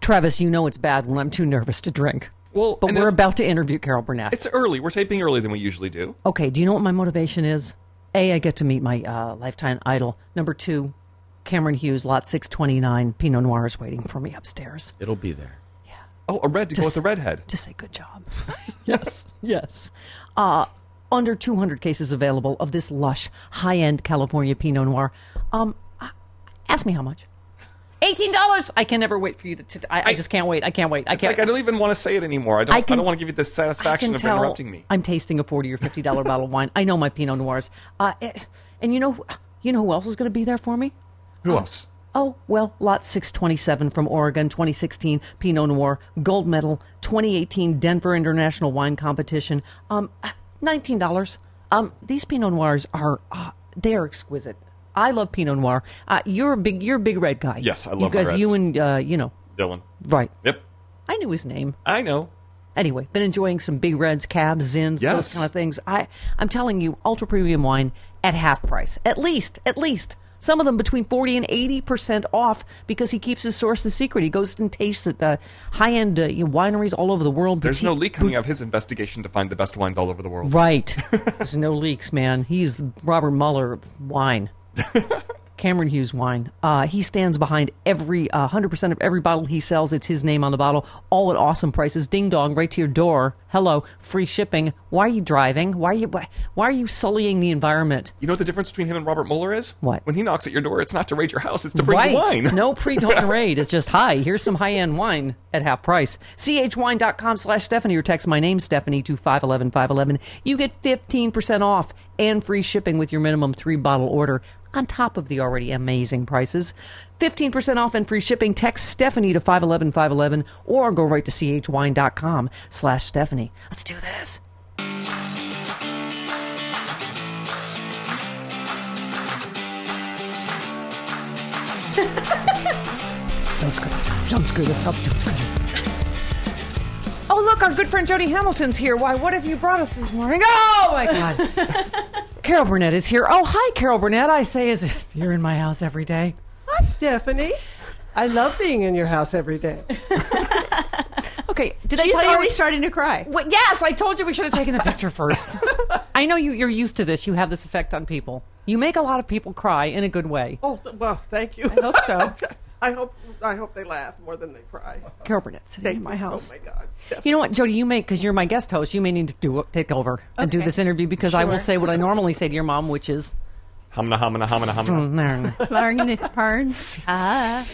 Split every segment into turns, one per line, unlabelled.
Travis, you know it's bad when I'm too nervous to drink.
Well,
but
and
we're
it's-
about to interview Carol Burnett.
It's early. We're taping earlier than we usually do.
okay, do you know what my motivation is? A, I get to meet my uh, lifetime idol. Number two, Cameron Hughes, lot 629, Pinot Noir is waiting for me upstairs
It'll be there.
Oh, a red to go
Just-
with a redhead.
to say good job. yes, yes. Uh, under 200 cases available of this lush, high end California Pinot Noir. Um, uh, ask me how much. $18! I can never wait for you to. to I, I, just can't wait. I can't wait. I
It's
can't.
like I don't even want to say it anymore. I don't. I,
can-
don't want to give you the satisfaction of interrupting me.
I'm tasting a forty or fifty dollar bottle of wine. I know my Pinot Noirs. Uh, eh, and you know, you know who else is going to be there for me?
Who else?
Oh well, lot six twenty seven from Oregon, twenty sixteen Pinot Noir gold medal, twenty eighteen Denver International Wine Competition. Um, nineteen dollars. Um, these Pinot Noirs are uh, they are exquisite. I love Pinot Noir. Uh, you're a big you're a big red guy.
Yes, I
you
love my
guys. You
reds.
and uh, you know
Dylan.
right.
Yep.
I knew his name.
I know.
Anyway, been enjoying some big reds, cabs, zins, those
Yes.
kind of things. I, I'm telling you, ultra premium wine at half price, at least, at least. Some of them between forty and eighty percent off because he keeps his sources secret. He goes and tastes at uh, high end uh, you know, wineries all over the world.
There's
boutique-
no leak coming out of his investigation to find the best wines all over the world.
right. There's no leaks, man. He's the Robert Mueller of wine. Cameron Hughes wine. Uh, he stands behind every uh, 100% of every bottle he sells. It's his name on the bottle, all at awesome prices. Ding dong, right to your door. Hello, free shipping. Why are you driving? Why are you why, why are you sullying the environment?
You know what the difference between him and Robert Mueller is?
What?
When he knocks at your door, it's not to raid your house; it's to bring
right.
you wine.
No pre don't raid. It's just hi. Here's some high end wine at half price. CHwine.com slash Stephanie or text my name Stephanie to five eleven five eleven. You get fifteen percent off and free shipping with your minimum three bottle order on top of the already amazing prices. Fifteen percent off and free shipping. Text Stephanie to five eleven five eleven or go right to CHwine.com slash Stephanie. Let's do this. Don't screw this up. Don't screw this up. Don't screw this up. Oh, look, our good friend Jody Hamilton's here. Why, what have you brought us this morning? Oh, my God. Carol Burnett is here. Oh, hi, Carol Burnett. I say as if you're in my house every day.
Hi, Stephanie. I love being in your house every day.
Okay, did I
She's
tell you?
already starting to cry.
Wait, yes, I told you we should have taken the picture first. I know you, you're used to this. You have this effect on people. You make a lot of people cry in a good way.
Oh, th- well, thank you. I hope so. I hope I hope they laugh more than they cry.
Carol Burnett sitting in my house.
Oh my God, Stephanie.
You know what, Jody? You may because you're my guest host. You may need to do take over and do
Okay.
this interview because I will say what I normally say to your mom, which is,
Hamna, hamna, hamna, hamna.
Learn it, learn. Ah,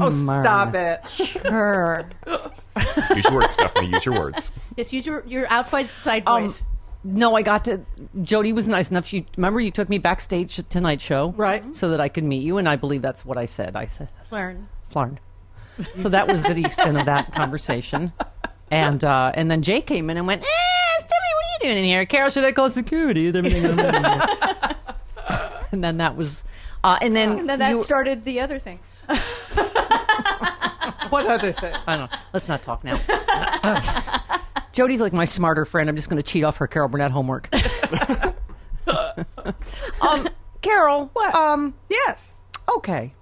Oh, stop it.
her.
Hmm.
Use your words, Stephanie. Use your words.
Yes, use your, your outside side
Um,
voice.
No, I got to. Jody was nice enough. She remember you took me backstage at tonight's show,
Right.
So that I could meet you, and I believe that's what I said. I said,
learn.
"Flarn." So that was the extent of that conversation, and uh, and then Jay came in and went, eh, "Stephanie, what are you doing in here? Carol, should I call security?" and everything. And then that was, uh, and then
And then that
you-
started the other thing.
What other thing?
I don't. Let's not talk now. Jody's like my smarter friend. I'm just going to cheat off her Carol Burnett homework. um, Carol. What? Um,
Yes.
okay.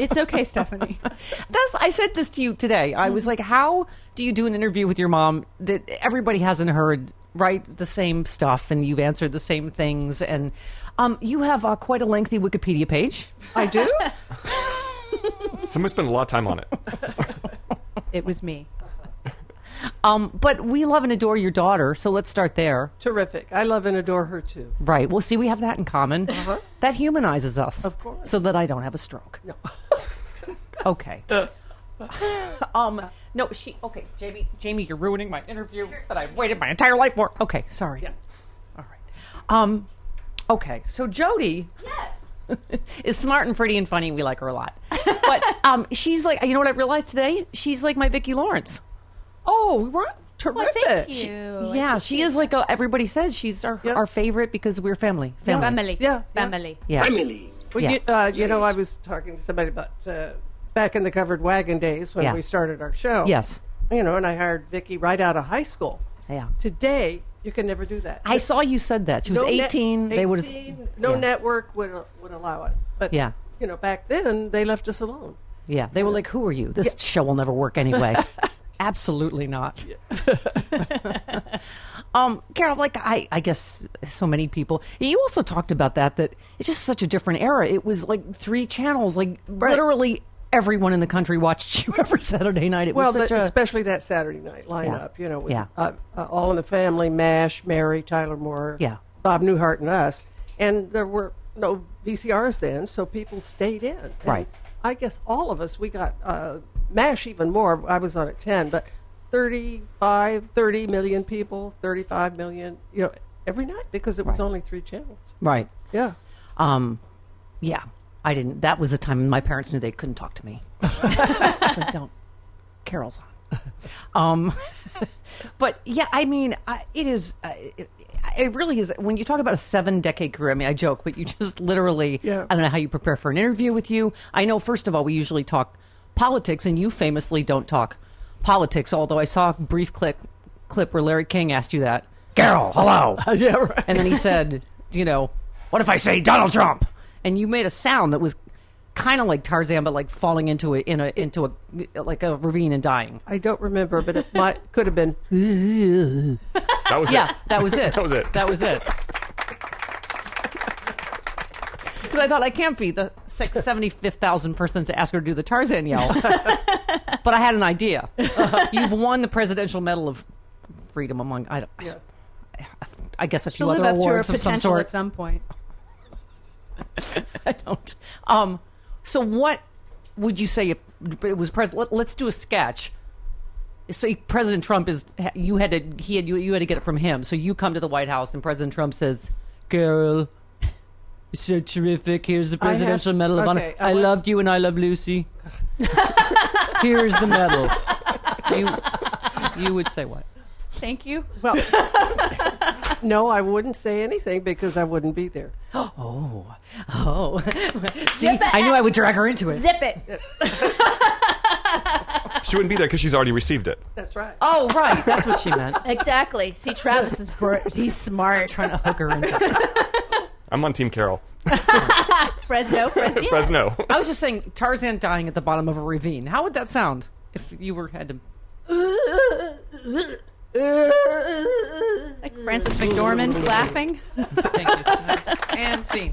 It's okay, Stephanie.
That's I said this to you today. I
Mm-hmm.
was like, how do you do an interview with your mom that everybody hasn't heard right the same stuff and you've answered the same things and um, you have uh, quite a lengthy Wikipedia page.
I do.
Somebody spent a lot of time on it.
It was me.
Um, but we love and adore your daughter, so let's start there.
Terrific. I love and adore her too.
Right. Well, see, we have that in common. That humanizes us. Of
Uh-huh. course.
So that I don't have a stroke. No. okay. um. No, she. Okay, Jamie. Jamie, you're ruining my interview that I've waited my entire life for. Okay, sorry. All right. Um. Okay. So Jody. Yes. is smart and pretty and funny. We like her a lot. But um, she's like, you know what I realized today? She's like my Vicki Lawrence.
Oh, we're terrific.
Thank you.
yeah, she is like a, everybody says she's our, our favorite because we're family. Family.
Family.
Yeah, yeah.
Family.
Yeah.
Well,
Yeah.
you, uh, you know, I was talking to somebody about uh, back in the covered wagon days when
Yeah.
we started our show.
Yes.
You know, and I hired Vicky right out of high school.
Yeah.
Today, you can never do that.
I saw you said that. She was
No net-
18. They would have.
18, No
yeah.
network would would allow it. But
Yeah.
you know, back then they left us alone.
Yeah. They were like, who are you? This show will never work anyway. Absolutely not. um, Carol, like, I, I guess so many people. You also talked about that, that it's just such a different era. It was like three channels. Like, literally everyone in the country watched you every Saturday night. It
Well,
was such
but
a.
especially that Saturday night lineup. You know, with,
Yeah.
uh, uh, All in the Family, Mash, Mary, Tyler Moore,
Yeah.
Bob Newhart, and us. And there were no VCRs then, so people stayed in. And
Right.
I guess all of us we got uh, Mash even more. I was on at ten, but 35, 30 million people, thirty-five million. You know, every night because it was only three channels.
right.
Yeah.
Um, yeah, I didn't. That was the time my parents knew they couldn't talk to me. I was like, don't. Carol's on. Um, but yeah, I mean, I, it is. Uh, it, it really is. When you talk about a seven-decade career, I mean, I joke, but you just literally.
Yeah.
I don't know how you prepare for an interview with you. I know. First of all, we usually talk politics, and you famously don't talk politics. Although I saw a brief clip clip where Larry King asked you that. Carol, hello.
Yeah. Right.
And then he said, you know, what if I say Donald Trump? And you made a sound that was kind of like Tarzan, but like falling into a in a into a like a ravine and dying.
I don't remember, but it might could have been.
That was
Yeah,
it.
that was it.
That was it.
That was it. Because I thought I can't be the six- 75,000 person to ask her to do the Tarzan yell. but I had an idea. You've won the Presidential Medal of Freedom among, I, don't, I guess, a few
She'll live
other
up to her
awards of some
potential
sort.
at some point.
I don't. Um, so what would you say if it was president? Let, us do a sketch. So President Trump is you had to he had you, you had to get it from him. So you come to the White House and President Trump says, "Girl, you're so terrific. Here's the
I have-
Presidential Medal of Honor.
okay, I
I,
want-
loved you and I love Lucy. Here's the medal." you you would say what?
Thank you.
Well, no, I wouldn't say anything because I wouldn't be there.
Oh, oh. See, I knew I would drag her into it.
Zip it.
She wouldn't be there because she's already received it.
That's right.
Oh, right. That's what she meant.
Exactly. See, Travis is br- he's smart.
Trying to hook her into it.
I'm on Team Carol.
Fresno, Fresno. Yeah.
Fresno.
I was just saying Tarzan dying at the bottom of a ravine. How would that sound if you were had to?
Like Francis McDormand laughing.
Thank you. and scene.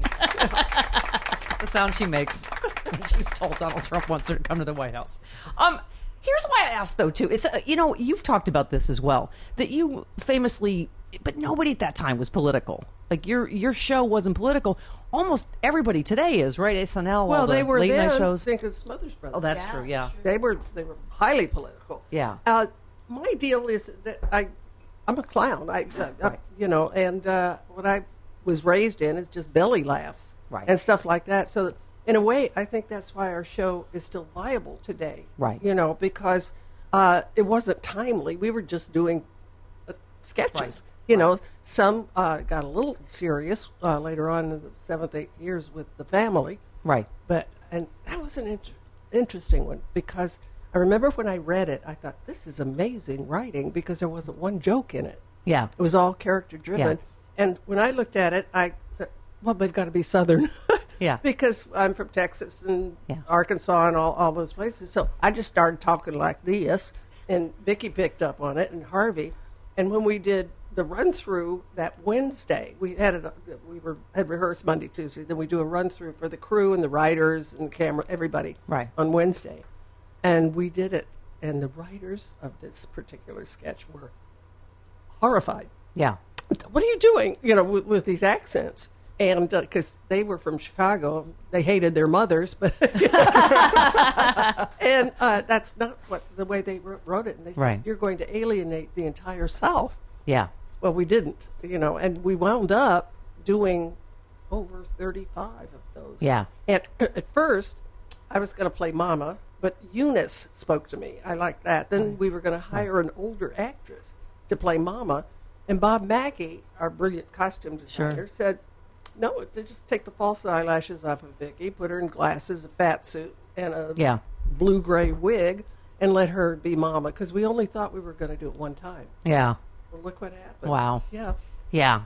the sound she makes when she's told Donald Trump wants her to come to the White House. Um, here's why I asked though too. It's uh, you know you've talked about this as well that you famously, but nobody at that time was political. Like your your show wasn't political. Almost everybody today is right. SNL. all
Well,
the
they were
late
then,
night shows.
Think of Smothers Brothers.
Oh, that's true. Yeah.
they were they were highly political.
Yeah.
Uh, my deal is that I, I'm a clown. I, I, I
Right.
you know, and uh, what I was raised in is just belly laughs
Right.
and stuff like that. So in a way, I think that's why our show is still viable today.
Right.
You know, because uh, it wasn't timely. We were just doing uh, sketches. You know, some uh, got a little serious uh, later on in the seventh, eighth years with the family.
Right.
But and that was an int- interesting one because I remember when I read it, I thought this is amazing writing because there wasn't one joke in it.
Yeah.
it was all character driven.
Yeah.
And when I looked at it, I said, "Well, they've got to be Southern."
Yeah.
Because I'm from Texas and
Yeah.
Arkansas and all, all those places. So I just started talking like this, and Vicky picked up on it, and Harvey. And when we did the run through that Wednesday, we had it. We were had rehearsed Monday, Tuesday. Then we do a run through for the crew and the writers and camera, everybody.
Right.
on Wednesday, and we did it. And the writers of this particular sketch were horrified
Yeah.
what are you doing? You know, with, with these accents. And because they were from Chicago, they hated their mothers, but and uh, that's not what the way they wr- wrote it. And they said,
Right.
"You're going to alienate the entire South."
Yeah.
Well, we didn't, you know, and we wound up doing over 35 of those.
Yeah.
And at first, I was going to play Mama, but Eunice spoke to me. I liked that. Then
Mm.
we were going to hire an older actress to play Mama. And Bob Mackey, our brilliant costume designer, said, no, to just take the false eyelashes off of Vicky, put her in glasses, a fat suit, and a
Yeah.
blue gray wig, and let her be Mama, because we only thought we were going to do it one time.
Yeah.
Well, look what happened.
Wow.
Yeah.
Yeah.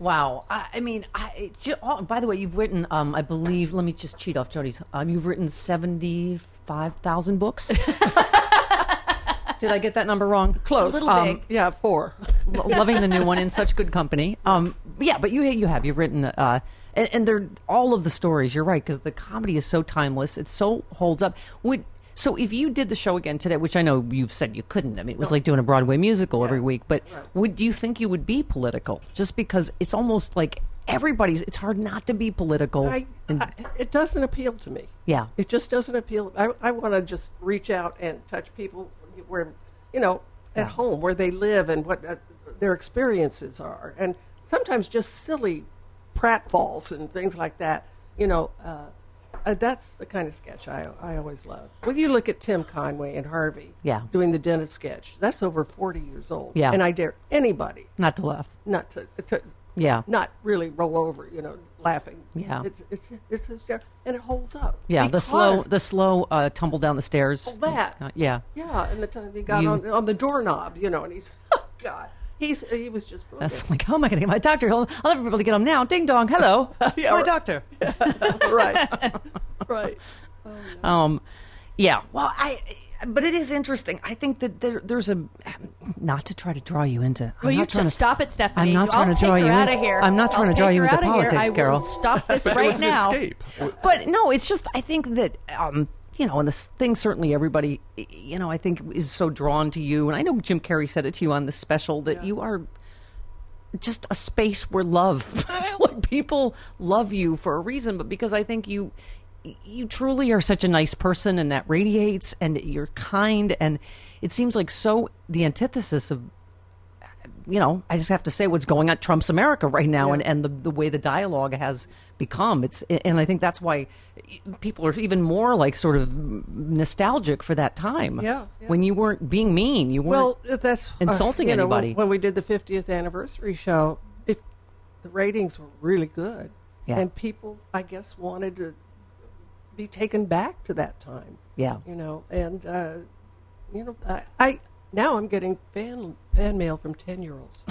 Wow. I, I mean, I, it ju- oh, by the way, you've written, um, I believe, let me just cheat off Jody's, um, you've written 75,000 books. Did I get that number wrong?
Close.
little
Um,
big.
Yeah, four.
Lo- loving the new one in such good company. Um, yeah, but you you have you've written uh, and, and they're all of the stories. You're right because the comedy is so timeless. It so holds up. Would so if you did the show again today, which I know you've said you couldn't. I mean, it was like doing a Broadway musical every week. But would you think you would be political just because it's almost like everybody's? It's hard not to be political.
I,
and,
I, it doesn't appeal to me.
Yeah.
It just doesn't appeal. I, I want to just reach out and touch people where, you know, at home, where they live and what uh, their experiences are. And sometimes just silly pratfalls and things like that. You know, uh, uh, that's the kind of sketch I, I always love. When you look at Tim Conway and Harvey
Yeah.
doing the dentist sketch, that's over 40 years old.
Yeah.
And I dare anybody
not to laugh.
not to, to
Yeah.
not really roll over you know laughing
Yeah.
it's it's it's hysterical and it holds up
Yeah, the slow
because-
the slow uh, tumble down the stairs.
Oh, that.
Uh, yeah.
yeah and the time he got
You-
on on the doorknob you know and he's oh, god he's he was just brilliant.
That's like, how am I going to get my doctor? He'll- I'll never be able to get him now. Ding dong. Hello. It's
Yeah,
my
right.
doctor.
right right
Um, yeah. Well, I. But it is interesting. I think that there, there's a not to try to draw you into. I'm
Well, you
not trying
just
to
stop it, Stephanie.
I'm not
I'll
trying to
take
draw
her
you
out
into-
of here.
I'm not trying
I'll
to draw
take
you
her
into
out of here.
politics,
I will
Carol.
Stop this
But it
right
was an
now.
escape.
but no, it's just I think that um, you know, and this thing certainly everybody you know I think is so drawn to you, and I know Jim Carrey said it to you on the special that you are just a space where love, like people love you for a reason, but because I think you you truly are such a nice person, and that radiates, and you're kind, and it seems like so the antithesis of you know, I just have to say what's going on Trump's America right now and, and the, the way the dialogue has become. It's and I think that's why people are even more like sort of nostalgic for that time.
Yeah, yeah.
When you weren't being mean, you
well
weren't
that's uh,
insulting
you know, when-
anybody.
when, we did the 50th anniversary show it the ratings were really good
Yeah.
and people i guess wanted to be taken back to that time
Yeah.
you know and uh, you know I, I now i'm getting fan fan mail from 10 year olds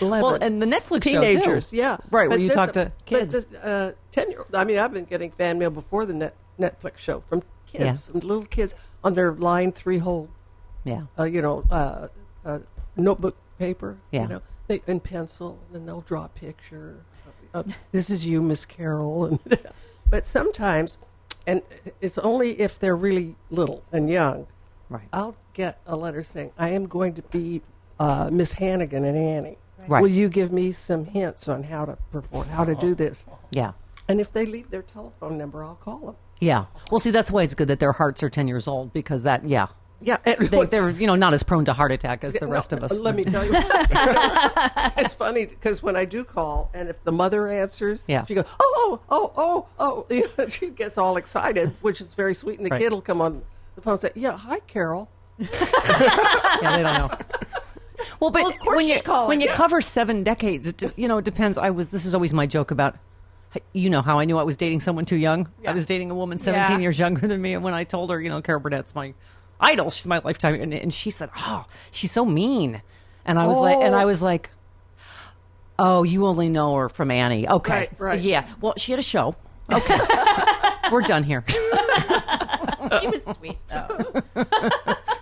Well, and the Netflix show, too.
teenagers yeah
Right, where
But
you
this-
talk to kids.
but the, uh, 10 year old i mean i've been getting fan mail before the net, netflix show from kids
Yeah.
from little kids on their line three hole
Yeah.
uh, you know, uh, uh, notebook paper,
Yeah.
you know, they, and pencil, and they'll draw a picture. Of, of, this is you, Miss Carol. And but sometimes, and it's only if they're really little and young,
Right.
I'll get a letter saying, "I am going to be uh, Miss Hannigan and Annie.
Right. Uh-huh.
Will you give me some hints on how to perform, how to do this?"
Yeah.
And if they leave their telephone number, I'll call them.
Yeah. Well, see, that's why it's good that their hearts are 10 years old because that, yeah.
Yeah, and
They,
what's-
they're, you know, not as prone to heart attack as the
No,
rest of us.
Let me tell you, it's funny because when I do call, and if the mother answers,
Yeah.
she goes, "Oh, oh, oh, oh, oh!" You know, she gets all excited, which is very sweet. And the
Right.
kid will come on the phone and say, "Yeah, hi, Carol."
yeah, they don't know. Well, but
Well, of course
when you
she's calling.
when you cover seven decades, it, de- you know, it depends. I was this is always my joke about, you know, how I knew I was dating someone too young. I was dating a woman seventeen
Yeah.
years younger than me, and when I told her, you know, Carol Burnett's my idol, she's my lifetime, and, and she said, "Oh, she's so mean," and I was like, and I
Oh.
was like, Oh, you only know her from Annie. Okay.
Right, right.
Yeah. Well, she had a show. Okay. We're done here.
She was sweet though.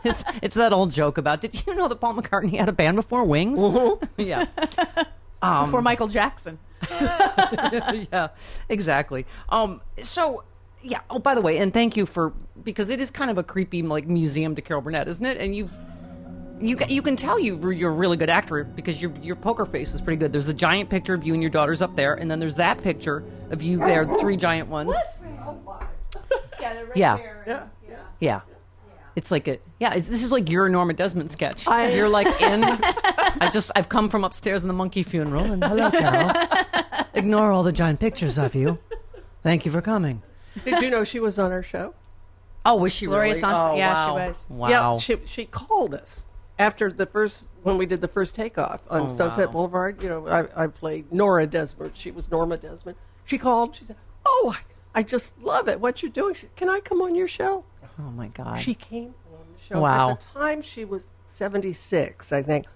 It's, it's that old joke about did you know that Paul McCartney had a band before Wings?
Mm-hmm.
yeah. Um,
Before Michael Jackson.
yeah, exactly. Um, so yeah. Oh, by the way, and thank you for because it is kind of a creepy like museum to Carol Burnett, isn't it? And you. You, ca- you can tell you you're a really good actor because your your poker face is pretty good. There's a giant picture of you and your daughters up there, and then there's that picture of you there, three giant ones.
Yeah, they're right
Yeah.
there.
Yeah. It's like a yeah. It's, this is like your Norma Desmond sketch. You're like in. I just I've come from upstairs in the monkey funeral and hello Carol. Ignore all the giant pictures of you. Thank you for coming.
Did you know she was on our show?
Oh, was she
Gloria
really?
Swanson-
Oh,
yeah,
wow.
she was.
Wow.
Yeah, she she called us after the first when we did the first takeoff
Oh,
on Sunset Boulevard. You know, I, I played Nora Desmond. She was Norma Desmond. She called. She said, "Oh, I, I just love it. What you're doing? She, Can I come on your show?"
oh my god.
She came on the show.
Wow.
At the time, she was 76, I think.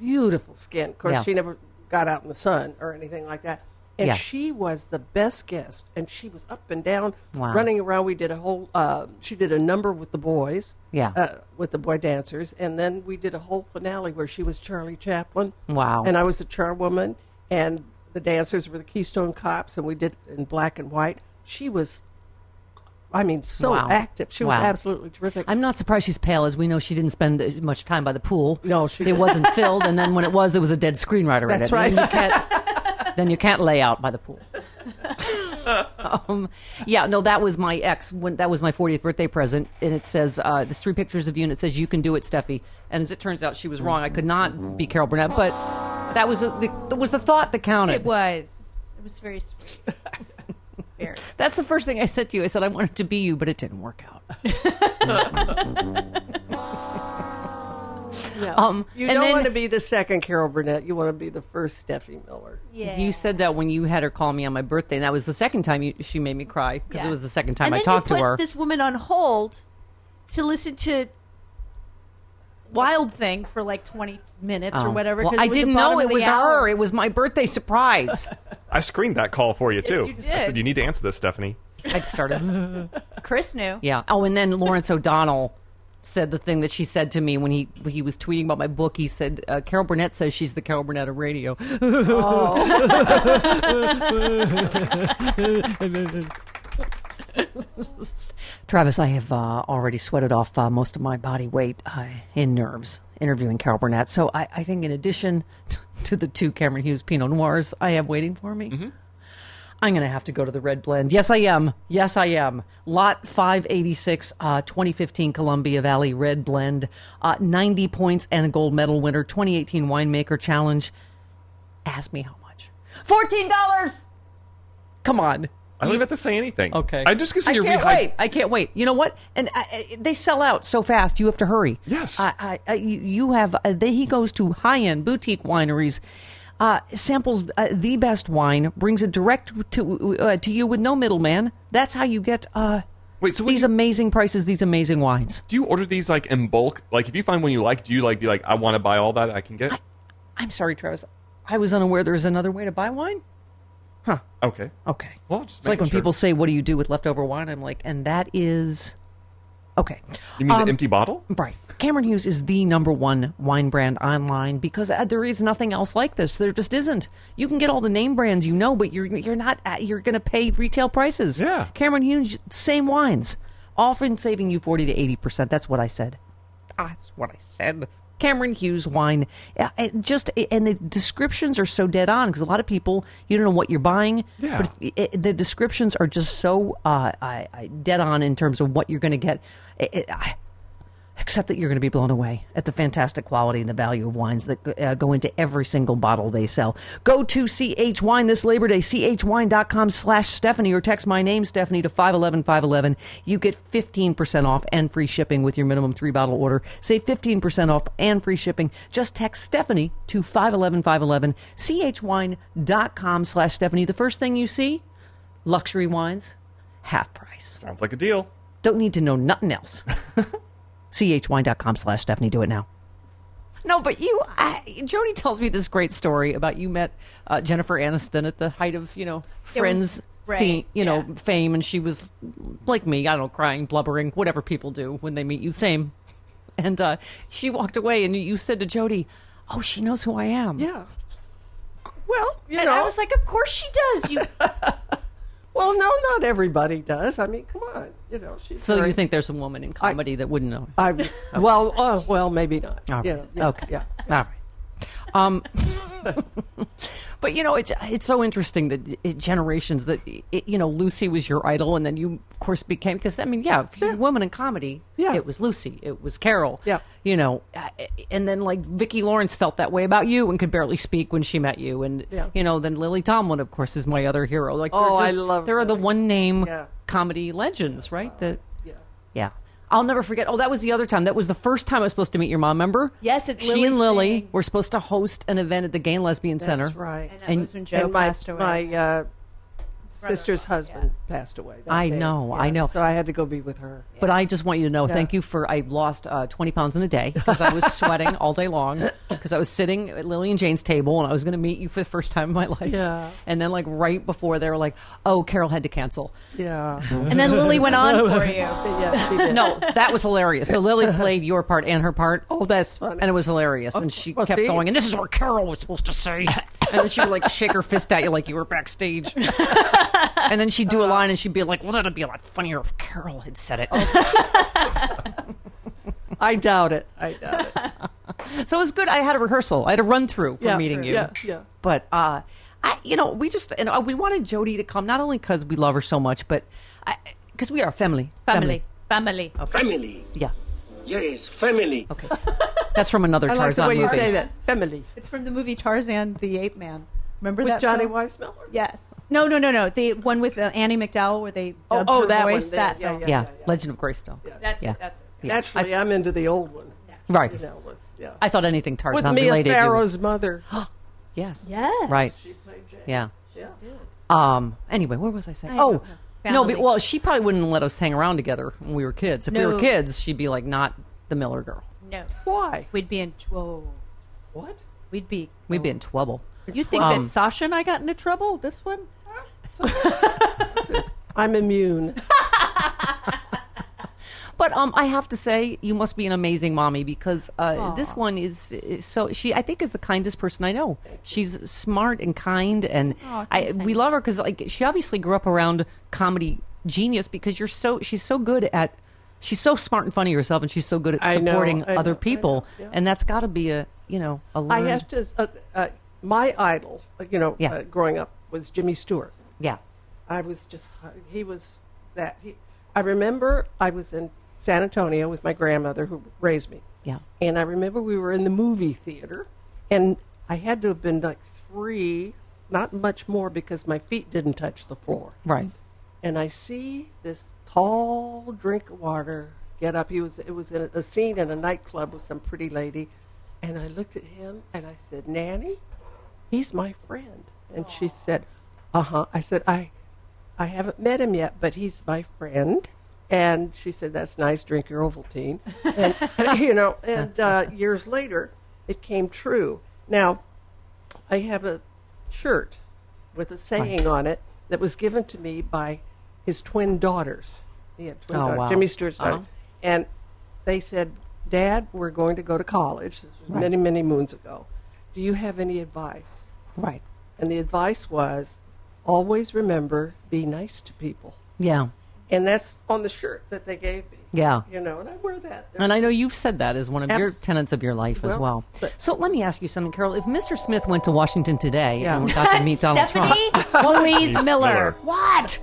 Beautiful skin. Of course,
Yeah.
she never got out in the sun or anything like that. And
Yeah.
she was the best guest. And she was up and down,
Wow.
running around. We did a whole, uh, she did a number with the boys,
Yeah.
uh, with the boy dancers. And then we did a whole finale where she was Charlie Chaplin.
Wow.
And I was the charwoman. And the dancers were the Keystone Cops. And we did it in black and white. She was, I mean, so
Wow.
active. She was
Wow.
absolutely terrific.
I'm not surprised she's pale, as we know she didn't spend uh, much time by the pool.
No, she
it
didn't.
wasn't filled, and then when it was, there was a dead screenwriter
That's
in it. And
right.
Then you, can't, then you can't lay out by the pool. um, yeah, no, that was my ex. When that was my 40th birthday present, and it says uh, there's three pictures of you, and it says you can do it, Steffi. And as it turns out, she was wrong. I could not be Carol Burnett, but that was a, the, that was the thought that counted.
It was. It was very sweet. very.
That's the first thing I said to you. I said I wanted to be you, but it didn't work out.
Yeah.
Um,
you
and
don't
then-
want to be the second Carol Burnett. You want to be the first Steffi Miller.
Yeah.
You said that when you had her call me on my birthday, and that was the second time you, she made me cry because
Yeah.
it was the second time
and
I
then
talked
you
to
put
her.
This woman on hold to listen to Wild Thing for like twenty minutes or
Um,
whatever.
well,
'cause
I
was the
didn't
bottom
know
of
it
the
was
hour.
her. It was my birthday surprise.
I screened that call for you too.
you
I
did.
said you need to answer this, Stephanie.
I'd started.
Chris knew.
Yeah. Oh, and then Lawrence O'Donnell said the thing that she said to me when he when he was tweeting about my book. He said uh, Carol Burnett says she's the Carol Burnett of radio. Travis, I have uh, already sweated off uh, most of my body weight uh, in nerves interviewing Carol Burnett. So I, I think, in addition t- to the two Cameron Hughes Pinot Noirs I have waiting for me, I'm going to have to go to the red blend. Yes, I am. Yes, I am. Lot 586, uh, 2015 Columbia Valley Red Blend, uh, 90 points and a gold medal winner, 2018 Winemaker Challenge. Ask me how much. $14! Come on.
I don't even have to say anything.
Okay.
I'm just gonna say
I
you're
can't
rehyd-
wait. I can't wait. You know what? And I, I, they sell out so fast. You have to hurry. Uh,
Yes.
I, I, I, you you have. Uh, they, he goes to high-end boutique wineries. Uh, samples uh, the best wine, brings it direct to uh, to you with no middleman. That's how you get uh,
Wait, so when
these
you-
amazing prices, these amazing wines.
Do you order these like in bulk? Like if you find one you like, do you like be like, I want to buy all that I can get?
I'm sorry, Travis. I was unaware there was another way to buy wine.
okay.
Okay.
Well, just
it's like
making
when
sure.
people say, "What do you do with leftover wine?" I'm like, and that is okay.
You mean
Um,
the empty bottle?
Right. Cameron Hughes is the number one wine brand online because uh, there is nothing else like this. There just isn't. You can get all the name brands you know, but you're you're not at, you're going to pay retail prices.
Yeah.
Cameron Hughes, same wines, often saving you forty to eighty percent. That's what I said. That's what I said. Cameron Hughes wine, Uh, it just and the descriptions are so dead on because a lot of people you don't know what you're buying.
Yeah.
But it- it, the descriptions are just so uh, I, I, dead on in terms of what you're going to get. It, it, I, except that you're going to be blown away at the fantastic quality and the value of wines that uh, go into every single bottle they sell. Go to CH Wine this Labor Day, chwine.com slash Stephanie, or text my name, Stephanie, to 511511. You get 15% off and free shipping with your minimum three bottle order. Save 15% off and free shipping. Just text Stephanie to 511511, chwine.com slash Stephanie. The first thing you see, luxury wines, half price.
Sounds like a deal.
Don't need to know nothing else. CHWine.com slash Stephanie. Do it now. No, but you, I, Joni tells me this great story about you met uh, Jennifer Aniston at the height of you know Friends,
right,
fe- you know
yeah.
fame, and she was like me, I don't know, crying, blubbering, whatever people do when they meet you, same. And uh, she walked away, and you- you said to Jody, "Oh, she knows who I am."
Yeah. Well, you
and
know.
I was like, of course she does. You
well, no, not everybody does. I mean, come on. You know, she's
So
very-
you think there's a woman in comedy that wouldn't know?
I well, oh, well, maybe not.
All right.
You know, yeah,
okay.
Yeah.
All right. Um, but you know, it's it's so interesting that it, generations that it, you know Lucy was your idol, and then you of course became because I mean, yeah, if you're a woman in comedy,
Yeah.
it was Lucy, it was Carol,
Yeah.
you know, uh, and then like Vicki Lawrence felt that way about you and could barely speak when she met you, and
Yeah.
you know, then Lily Tomlin, of course, is my other hero. Like, they're
Oh, I
just-
love
there are the
Lily.
one name
Yeah.
comedy legends, right? That
Yeah.
yeah. I'll never forget. Oh, that was the other time. That was the first time I was supposed to meet your mom. Remember?
Yes, at
she
Lily's
and Lily
thing.
were supposed to host an event at the Gay and Lesbian Center.
That's right.
and that
And-
was when Joe
and my,
passed away.
my uh, sister's husband passed away. that
I
day.
know, I
Yeah,
know.
So I had to go be with her.
But I just want you to know,
Yeah.
thank you for. I lost uh, twenty pounds in a day because I was sweating all day long because I was sitting at Lily and Jane's table and I was going to meet you for the first time in my life.
Yeah.
And then, like right before, they were like, "Oh, Carol had to cancel."
Yeah.
and then Lily went on for you.
yeah, she did.
Mm-hmm. No, that was hilarious. So Lily played your part and her part.
Oh, that's funny.
and it was hilarious. And she
Well,
kept
see?
going, and this is what Carol was supposed to say. and then she would like shake her fist at you like you were backstage. and then she'd do a
Uh-huh.
line, and she'd be like, "Well, that'd be a lot funnier if Carol had said it."
Oh. I doubt it. I doubt it.
so it was good. I had a rehearsal. I had a run through for
Yeah,
meeting you.
yeah, yeah.
But uh, I, you know, we just and uh, we wanted Jody to come not only because we love her so much, but because we are family.
Family. Family.
Family.
Yeah.
Yes, family.
Okay. That's from another
I like
Tarzan
the way
movie.
you say that. Family.
It's from the movie Tarzan the Ape Man. Remember
With
that
Johnny
film?
Weissmuller?
Yes. No, no, no, no. The one with uh, Annie McDowell where they
Oh,
dubbed
oh,
her
that one.
voice.
Yeah,
That
yeah,
film.
yeah.
yeah. Legend of Greystone.
That's
Yeah.
it. That's it.
Naturally, I, am into the old one.
Right.
You know, with, yeah.
I thought anything Tarzan
with Mia
related. you would-
Farrow's mother.
Yes.
Yes.
Right. Yeah.
Yeah.
Um. Anyway, where was I saying? oh. No, but, well, she probably wouldn't let us hang around together when we were kids. If we were
No.
kids, she'd be like, not the Miller girl.
No.
Why?
We'd be in. Whoa.
What?
We'd be.
We'd be in trouble.
You think
Um,
that Sasha and I got into trouble? This one?
I'm immune.
But um, I have to say, you must be an amazing mommy because uh, this one is, is so. She, I think, is the kindest person I know. She's smart and kind, and I we love her because like she obviously grew up around comedy genius because you're so she's so good at. She's so smart and funny herself, and she's so good at
I know,
supporting
I know,
other
I know,
people,
yeah.
and that's got to be a you know a
I
learned,
have to. Uh, uh, my idol, uh, you know,
Yeah.
uh, growing up was Jimmy Stewart.
yeah
I was just uh, he was that. He, I remember I was in San Antonio with my grandmother who raised me.
Yeah.
And I remember we were in the movie theater, and I had to have been like three, not much more, because my feet didn't touch the floor.
right.
and I see this tall drink of water get up. He was it was in a, a scene in a nightclub with some pretty lady, and I looked at him and I said, "Nanny, he's my friend." And she said, "Uh huh." I said, "I, I haven't met him yet, but he's my friend." And she said, "That's nice. Drink your Ovaltine." And you know, and uh, years later, it came true. Now, I have a shirt with a saying on it that was given to me by his twin daughters. He had twin
Oh,
daughters,
wow.
Jimmy Stewart's daughter. And they said, Dad, we're going to go to college. This was many, many moons ago. Do you have any advice?
Right.
And the advice was always remember, be nice to people.
Yeah.
And that's on the shirt that they gave me.
Yeah.
You know, and I wear that.
And I know you've said that as one of your
Abs-
tenets of your life as
Well,
well.
but-
So let me ask you something, Carol. If Mr. Smith went to Washington today
Yeah.
and got to meet Donald Trump,
Stephanie Louise Miller.
Miller.
What?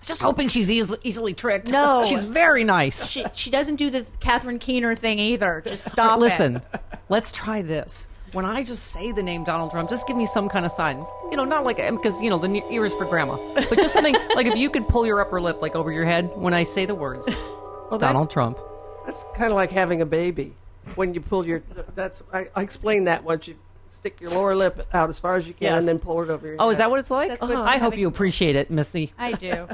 just hoping she's eas- easily tricked.
No.
she's very nice.
She, she doesn't do the Catherine Keener thing either. Just stop
Listen,
it.
let's try this. When I just say the name Donald Trump, just give me some kind of sign. You know, not like because you know the ne- ear is for grandma, but just something like if you could pull your upper lip like over your head when I say the words
Well, that's-
Donald Trump.
That's kind of like having a baby when you pull your. That's I, I explained that once you stick your lower lip out as far as you can
Yes.
and then pull it over your.
Oh, is
head.
that what it's like?
That's what
I hope
having-
you appreciate it, Missy.
I do.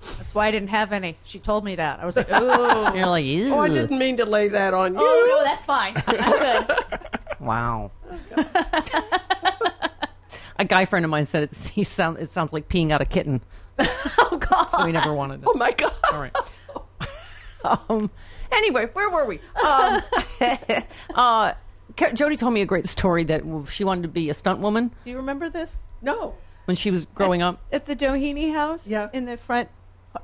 That's That's why I didn't have any. She told me that. I was like, oh,
You're like,
Oh, I
"Ew."
didn't mean to lay that on you.
oh no, that's fine. I'm good.
Wow. a guy friend of mine said it, he sound, it sounds like peeing out a kitten.
Oh God.
So we never wanted it.
Oh my God.
All right. um, anyway, where were we? Um, uh, Ca- Jody told me a great story that she wanted to be a stunt woman
Do you remember this?
No.
when she was growing up.
At the Doheny house?
Yeah.
In the front,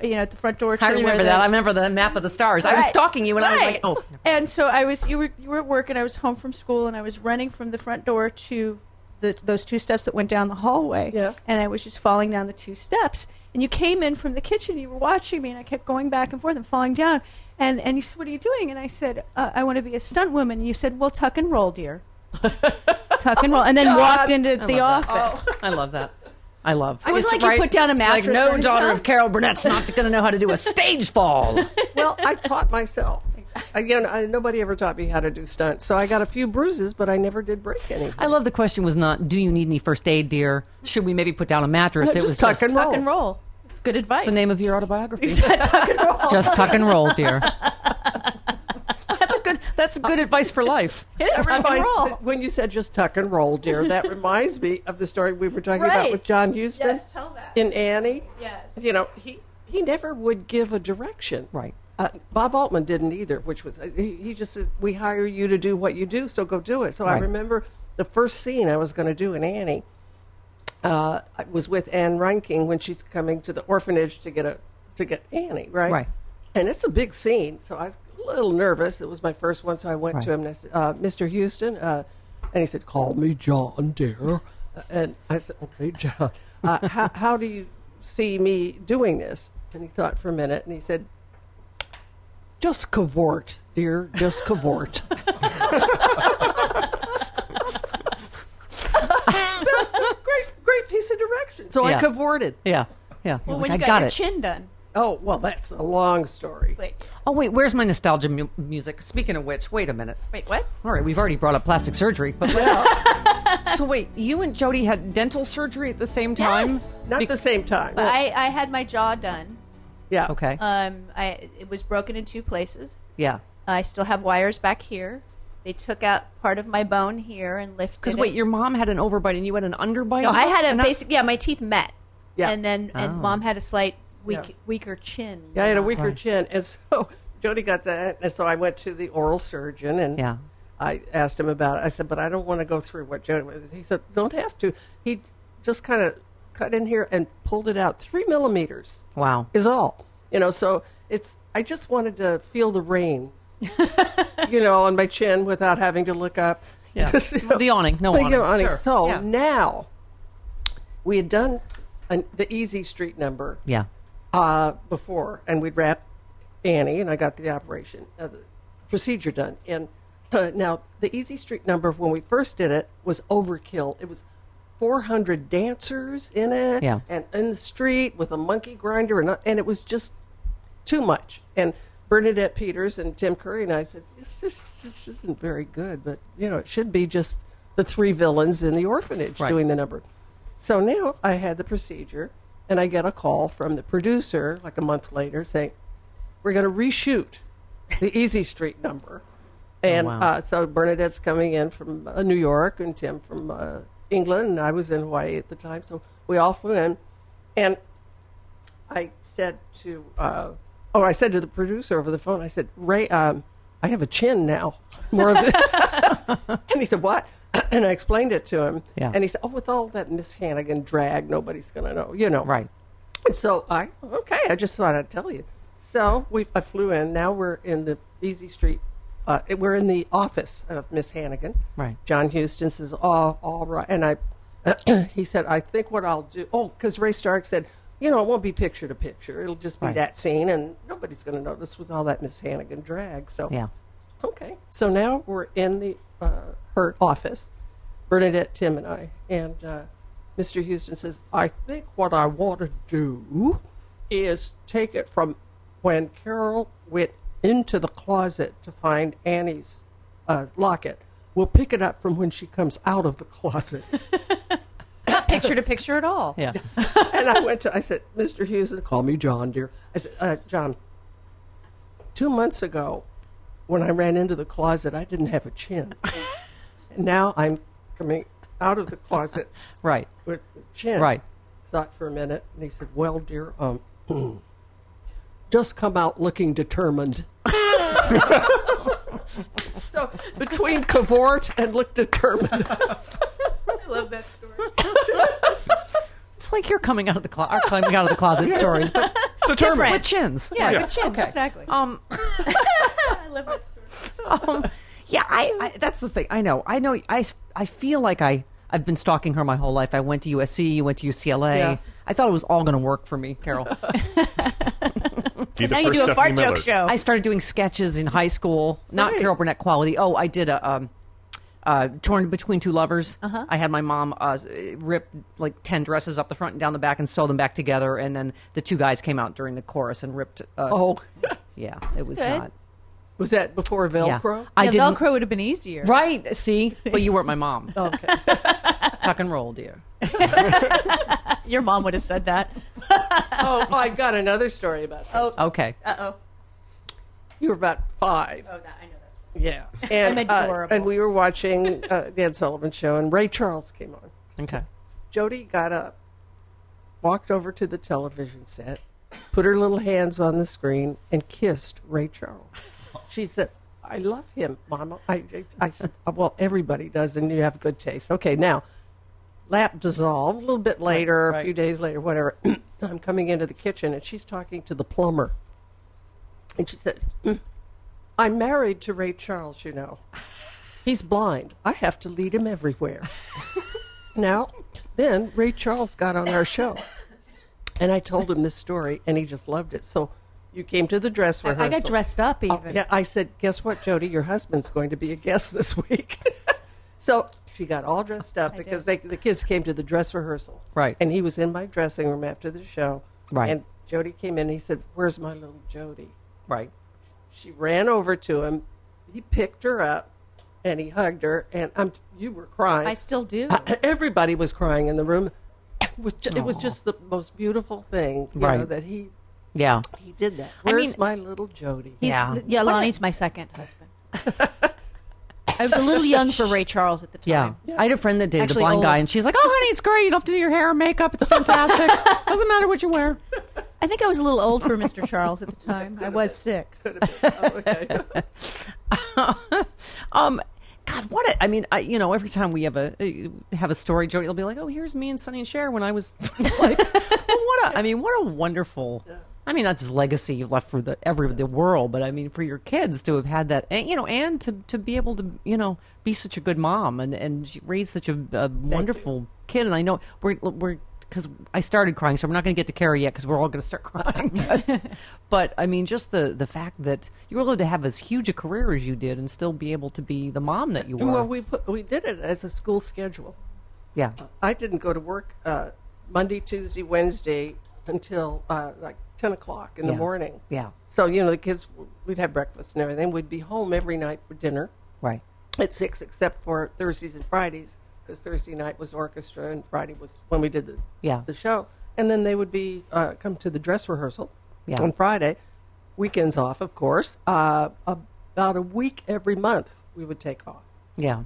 you know, at the front door. to
I
where
remember
the-
that. I remember the map of the stars. I was
Right.
stalking you, and I was
Right.
like, "Oh,
And so I was, you were, you were at work, and I was home from school, and I was running from the front door to the, those two steps that went down the hallway.
Yeah.
And I was just falling down the two steps. And you came in from the kitchen, you were watching me, and I kept going back and forth and falling down. And, and you said, What are you doing? And I said, uh, I want to be a stunt woman. And you said, Well, tuck and roll, dear. tuck and roll. And
Oh,
then walked into the office.
I love that. I love."
was
It's
like you put down a
it's
mattress
Like no
and-
daughter of Carol Burnett's not going to know how to do a stage fall.
Well, I taught myself. Again, I, nobody ever taught me how to do stunts, so I got a few bruises, but I never did break any.
I love the question was not, "Do you need any first aid, dear? Should we maybe put down a mattress?" it was
Uh, just tuck
just
and roll.
Tuck and roll. It's good advice.
the name of your autobiography.
tuck and roll.
Just tuck and roll, dear. that's a good. That's good advice for life.
Tuck and
Reminds-
roll.
When you said just tuck and roll, dear, that reminds me of the story we were talking
Right.
about with John Huston
Yes, tell that.
in Annie.
Yes.
You know, he, he never would give a direction.
Right.
Uh, Bob Altman didn't either, which was, uh, he, he just said, We hire you to do what you do, so go do it. So I
Right.
remember the first scene I was going to do in Annie uh, I was with Anne Reinking when she's coming to the orphanage to get a to get Annie, right?
Right.
And it's a big scene, so I was a little nervous. It was my first one, so I went to
Right.
him and I said, uh, "Mr. Houston," uh, and he said, "Call me John, dear." Uh, And I said, "Okay, John. Uh, how, how do you see me doing this?" And he thought for a minute, and he said, "Just cavort, dear. Just cavort." That's a great, great piece of direction. So
Yeah.
I cavorted.
Yeah. Yeah. You're
Well,
like,
when you
I
got,
got
your
it.
chin done.
Oh well, that's a long story.
Wait,
oh wait, where's my nostalgia mu- music? Speaking of which, wait a minute.
wait, what?
All right, we've already brought up plastic surgery, but so wait, you and Jody had dental surgery at the same time.
Yes.
Not the same time.
But I, I had my jaw done.
yeah.
Okay.
Um, I it was broken in two places.
yeah.
I still have wires back here. They took out part of my bone here and lifted.
Because
it.
wait, your mom had an overbite and you had an underbite.
No, I Oh. had
And
a basic. Yeah, my teeth met.
Yeah.
And then and mom had a slight weak weaker chin.
Yeah, I had a weaker chin, and so Jody got that, and so I went to the oral surgeon, and
Yeah.
I asked him about it. I said, "But I don't want to go through what Jody." Was. He said, "Don't have to." He just kind of cut in here and pulled it out three millimeters.
Wow.
is all. You know, so it's. I just wanted to feel the rain, you know, on my chin without having to look up.
Yeah.
You know,
The awning, no
the
awning,
awning.
sure.
So
Yeah.
now we had done an, the easy street number
Yeah.
uh, before, and we'd wrap Annie, and I got the operation, uh, the procedure done. And uh, now the Easy Street number, when we first did it, was overkill. It was 400 dancers in it,
Yeah.
and in the street with a monkey grinder, and, and it was just too much. And Bernadette Peters and Tim Curry and I said, this just, just isn't very good, but you know, it should be just the three villains in the orphanage
Right.
doing the number. So now I had the procedure, and I get a call from the producer like a month later saying, "We're going to reshoot the Easy Street number." And
Oh, wow.
uh, so Bernadette's coming in from uh, New York, and Tim from uh, England, and I was in Hawaii at the time, so we all flew in, and I said to, uh, oh, I said to the producer over the phone, I said, Ray, um, I have a chin now, more of it. and he said, what? And I explained it to him.
Yeah.
And he said, oh, with all that Miss Hannigan drag, nobody's going to know, you know.
Right.
So I, okay, I just thought I'd tell you. So we, I flew in. Now we're in the Easy Street. Uh, we're in the office of Miss Hannigan.
Right.
John Houston says, "All, all right." And I, he said, "I think what I'll do." Oh, because Ray Stark said, "You know, it won't be picture to picture. It'll just be
Right.
that scene, and nobody's going to notice with all that Miss Hannigan drag." So
Yeah.
Okay. So now we're in the uh, her office, Bernadette, Tim, and I. And uh, Mr. Houston says, I think what I want to do is take it from when Carol went into the closet to find Annie's uh, locket. We'll pick it up from when she comes out of the closet.
Not
picture to picture at all.
Yeah.
and I went to, I said, Mr. Hughes, and call me John, dear. I said, uh, John, two months ago, when I ran into the closet, I didn't have a chin. and now I'm coming out of the closet
Right.
with the chin.
Right.
Thought for a minute, and he said, Well, dear, um, just come out looking determined. so between cavort and look determined.
I love that story.
It's like you're coming out of the clo- are coming out of the closet stories, but
Determined.
with chins.
Yeah,
Right.
good chins,
Okay.
exactly.
Um,
I love that story.
um, yeah, I, I that's the thing. I know. I know. I, I feel like I I've been stalking her my whole life. I went to USC. You went to UCLA.
Yeah.
I thought it was all going to work for me, Carol.
Be the
Now you
first
do a
Stephanie
fart
Miller.
joke show.
I started doing sketches in high school. Not
Right.
Carol Burnett quality. Oh, I did a um, uh, torn between two lovers. I had my mom uh, rip like ten dresses up the front and down the back and sew them back together, and then the two guys came out during the chorus and ripped. Uh,
Oh,
yeah, it was
good.
not.
was that before
Yeah,
Velcro?
I
yeah,
didn't.
Velcro would have been easier.
Right, see, but you weren't my mom. Okay, tuck and roll, dear.
Your mom would have said that.
oh, I've got another story about this.
Okay,
Uh oh.
You were about five.
Oh, that, I know that's
Yeah. And,
I'm
uh,
adorable.
and we were watching uh, the Ed Sullivan Show, and Ray Charles came on.
okay.
Jody got up, walked over to the television set, put her little hands on the screen, and kissed Ray Charles. She said, I love him, Mama. I, I, I said, Well, everybody does, and you have good taste. Okay, now, lap dissolved a little bit later, a few days later, whatever. I'm coming into the kitchen, and she's talking to the plumber. And she says, "Mm, I'm married to Ray Charles, you know. He's blind. I have to lead him everywhere. Now, then Ray Charles got on our show, and I told him this story, and he just loved it. So you came to the dress
I,
rehearsal.
I got dressed up even.
Oh, yeah, I said, guess what, Jody? Your husband's going to be a guest this week. so she got all dressed up because they, the kids came to the dress rehearsal.
Right.
And he was in my dressing room after the show.
Right.
And Jody came in and he said, Where's my little Jody?
Right.
She ran over to him. He picked her up and he hugged her. And I'm, you were crying.
I still do.
Everybody was crying in the room. It was ju- it was just the most beautiful thing, you know,
Right.
that he
Yeah.
he did that.
I mean-
Where's my little Jody?
He's,
Yeah.
yeah. Lonnie's my second husband. I was a little young for Ray Charles at the
Yeah.
time.
I had a friend that dated
Actually
a blind guy,
old.
and she's like, "Oh, honey, it's great. You don't have to do your hair, or makeup. It's fantastic. Doesn't matter what you wear."
I think I was a little old for Mr. Charles at the time. I was six.
um, God, what? A, I mean, I, you know, every time we have a uh, have a story, Jody will be like, "Oh, here's me and Sonny and Cher when I was like." well, what a, I mean, what a wonderful. I mean, not just legacy you've left for the every the world, but I mean for your kids to have had that, and, you know, and to to be able to you know be such a good mom and and she raised such a, a wonderful kid. And I know we're we're because I started crying, so we're not going to get to Carrie yet because we're all going to start crying. But, but, I mean, just the the fact that you were able to have as huge a career as you did and still be able to be the mom that you were.
Well, we put, we did it as a school schedule.
yeah,
I didn't go to work uh, Monday, Tuesday, Wednesday until uh, like ten o'clock in the
Yeah.
morning.
Yeah.
So you know the kids, we'd have breakfast and everything. We'd be home every night for dinner.
right.
at six, except for Thursdays and Fridays, because Thursday night was orchestra and Friday was when we did the
Yeah.
the show. And then they would be uh, come to the dress rehearsal
Yeah.
on Friday, weekends off, of course. Uh, about a week every month we would take off.
Yeah,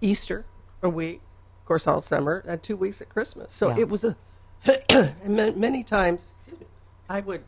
Easter a week, of course, all summer, and two weeks at Christmas. So
Yeah.
it was a and ma- many times I would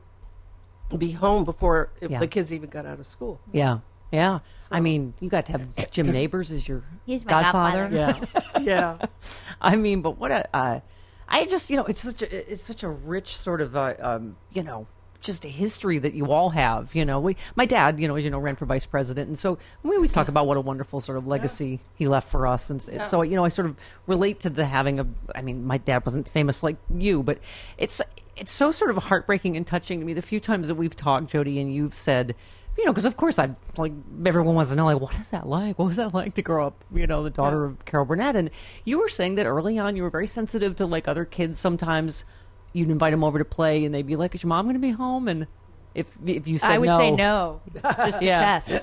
be home before
Yeah.
the kids even got out of school.
yeah, yeah. I mean, you got to have Jim Neighbors as your
He's my
godfather.
godfather.
Yeah, yeah.
I mean, but what a, uh, I just you know, it's such a, it's such a rich sort of uh, um, you know, just a history that you all have. You know, we, my dad, you know, as you know, ran for vice president, and so we always talk about what a wonderful sort of legacy he left for us, and s- so you know, I sort of relate to the having of. I mean, my dad wasn't famous like you, but it's it's so sort of heartbreaking and touching to me. The few times that we've talked, Jody, and you've said. You know, because of course I've like everyone wants to know like what is that like? What was that like to grow up? You know, the daughter of Carol Burnett, and you were saying that early on you were very sensitive to like other kids. Sometimes you'd invite them over to play, and they'd be like, "Is your mom going to be home?" And if if you said
I would
no,
say no, just to
Yeah.
test.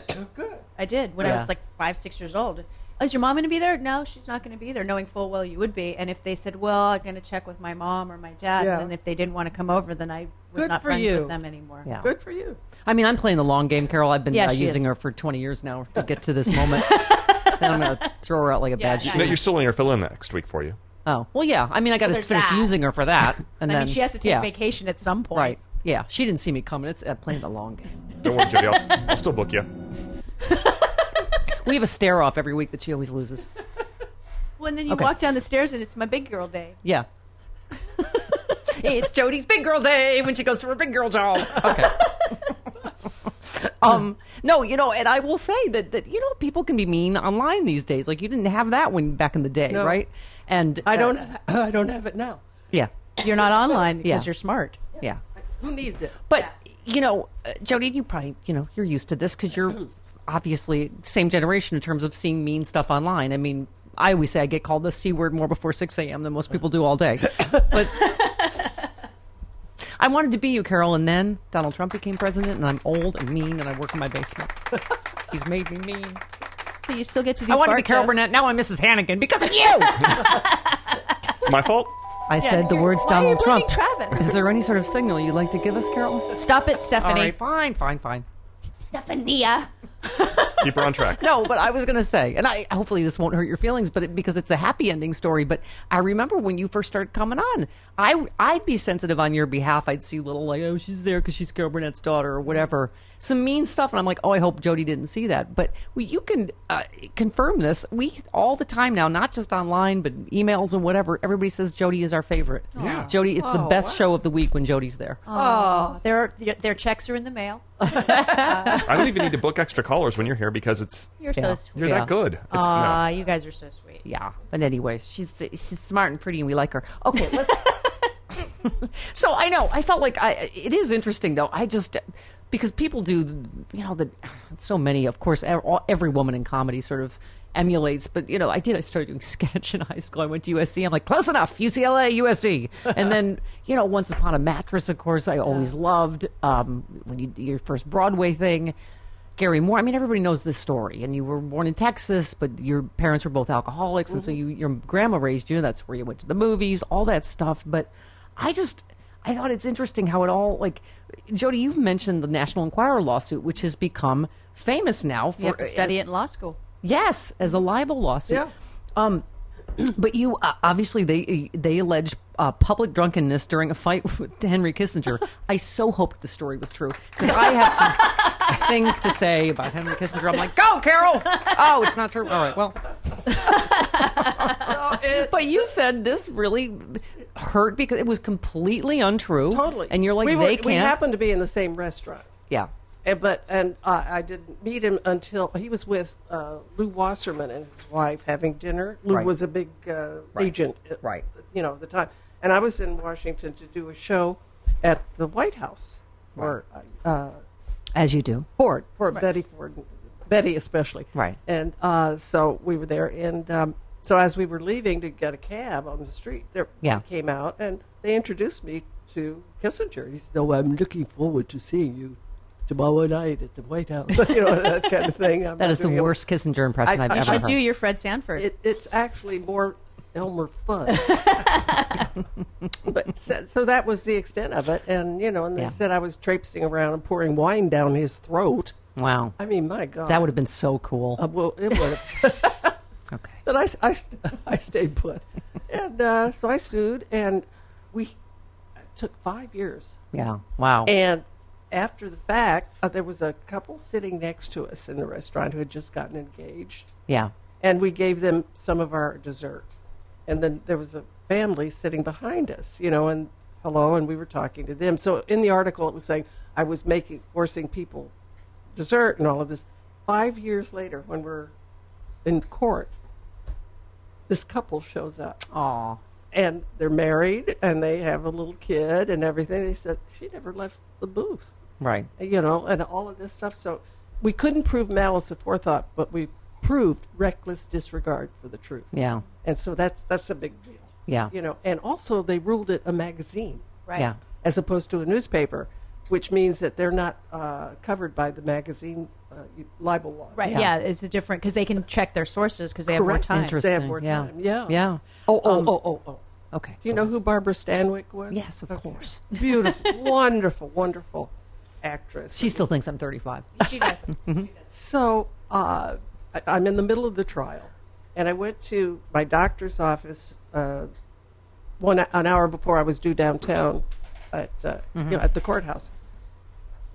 I did when I
Yeah.
was like five, six years old. Oh, is your mom going to be there? No, she's not going to be there, knowing full well you would be. And if they said, well, I'm going to check with my mom or my dad,
Yeah.
and if they didn't want to come over, then I was
Good
not
for
friends
you.
with them anymore.
Yeah.
Good for you.
I mean, I'm playing the long game, Carol. I've been
Yeah,
uh,
she
using
is.
her for 20 years now to get to this moment. then I'm going to throw her out like a
Yeah,
bad
yeah.
shoe.
No, you're still in her fill in next week for you.
Oh, well, yeah. I mean, I got to
there's
finish
that.
using her for that. And
I
then,
mean, she has to take
yeah,
vacation at some point.
Right. Yeah. She didn't see me coming. It's uh, playing the long game.
Don't worry, Jody. I'll, s- I'll still book you.
We have a stare off every week that she always loses.
Well, and then you
Okay.
walk down the stairs, and it's my big girl day.
Yeah. hey, it's Jody's big girl day when she goes for her big girl job. Okay. um, no, you know, and I will say that that you know people can be mean online these days. Like you didn't have that when back in the day,
No.
right? And
I
uh,
don't. Have, I don't have it now.
Yeah,
You're not online because
Yeah.
you're smart.
yeah.
Who needs it?
But you know, uh, Jody, you probably you know you're used to this because you're obviously same generation in terms of seeing mean stuff online. I mean, I always say I get called the c word more before six a.m. than most people do all day. but I wanted to be you, Carol, and then Donald Trump became president, and I'm old and mean, and I work in my basement. He's made me mean.
But you still get to do.
I wanted to be
fart
Carol
jokes.
Burnett. Now I'm Mrs. Hannigan because of you.
It's my fault.
I said the words
Why are you
Donald Trump.
blaming Travis?
Is there any sort of signal you'd like to give us, Carol?
Stop it,
All
Stephanie.
right, fine, fine, fine.
Stephania.
Keep her on track.
no, but I was going to say, and I hopefully this won't hurt your feelings, but it, because it's a happy ending story. But I remember when you first started coming on, I I'd be sensitive on your behalf. I'd see little like, oh, she's there because she's Carol Burnett's daughter or whatever, some mean stuff, and I'm like, oh, I hope Jody didn't see that. But we, you can uh, confirm this. We all the time now, not just online, but emails and whatever. Everybody says Jody is our favorite.
Yeah.
Jody, it's the best show of the week when Jody's there.
Their their checks are in the mail.
I don't even need to book extra callers when you're here because it's
You're
Yeah.
so sweet.
you're
Yeah.
that good. It's
Aw,
no.
you guys are so sweet.
yeah. But anyway, she's she's smart and pretty, and we like her. Okay, let's. so I know I felt like I. It is interesting though. I just because people do, you know, the so many. Of course, ev- all- every woman in comedy sort of emulates. But you know, I did. I started doing sketch in high school. I went to USC. I'm like close enough. UCLA, USC, and then you know, once upon a mattress. Of course, I always loved um, when you your first Broadway thing. Gary Moore. I mean, everybody knows this story. And you were born in Texas, but your parents were both alcoholics, and so you, your grandma raised you. That's where you went to the movies, all that stuff. But I just, I thought it's interesting how it all like, Jody, you've mentioned the National Enquirer lawsuit, which has become famous now. For,
You have to study it in law school.
Yes, as a libel lawsuit.
Yeah.
Um, but you uh, obviously they they allege uh, public drunkenness during a fight with Henry Kissinger. I so hoped the story was true because I had some things to say about Henry Kissinger. I'm like, go, Carol. Oh, it's not true. All right, well. but you said this really hurt because it was completely untrue.
Totally.
And you're like,
we were-
they can't.
We happened to be in the same restaurant.
yeah.
And, but and uh, I didn't meet him until he was with uh, Lou Wasserman and his wife having dinner. Lou
Right.
was a big uh, agent, uh,
Right.
You know, at the time, and I was in Washington to do a show at the White House for uh,
As you do.
Ford, for Betty Ford, Betty especially.
Right.
And uh, so we were there, and um, so as we were leaving to get a cab on the street, there
Yeah.
they came out and they introduced me to Kissinger. He said, "Oh, I'm looking forward to seeing you." Tomorrow night at the White House, you know that kind of thing. I'm
That
not
is the
doing it.
worst Kissinger impression I, have ever
I- you
You
should
heard.
should do your Fred Sanford.
It, it's actually more Elmer Fudd. but so, so that was the extent of it, and you know, and they
Yeah.
said I was traipsing around and pouring wine down his throat.
wow.
I mean, um, my God,
That would have been so cool.
Uh, well, it would have.
okay.
but I, s- I st- I stayed put. And uh, so I sued, and we it took five years.
Yeah. Wow.
And after the fact, uh, there was a couple sitting next to us in the restaurant who had just gotten engaged.
yeah.
And we gave them some of our dessert. And then there was a family sitting behind us, you know, and hello, and we were talking to them. So in the article, it was saying I was making, forcing people dessert and all of this. Five years later, when we're in court, this couple shows up
Aw.
and they're married and they have a little kid and everything. They said she never left the booth,
Right.
you know, and all of this stuff. So we couldn't prove malice aforethought, but we proved reckless disregard for the truth.
Yeah.
And so that's that's a big deal.
Yeah.
You know, and also they ruled it a magazine
right.
Yeah.
as opposed to a newspaper. which means that they're not uh, covered by the magazine uh, libel laws.
Right. Yeah, it's a different because they can check their sources because they
Correct.
have more time.
Interesting.
They have more
yeah.
time. Yeah.
Yeah.
Oh, oh, oh, oh, oh.
Okay.
Do you know who Barbara Stanwyck was?
Yes, of
Okay.
course.
Beautiful, wonderful, wonderful actress.
She still thinks I'm 35.
She does.
So uh, I, I'm in the middle of the trial, and I went to my doctor's office uh, one an hour before I was due downtown at uh, you know, at the courthouse,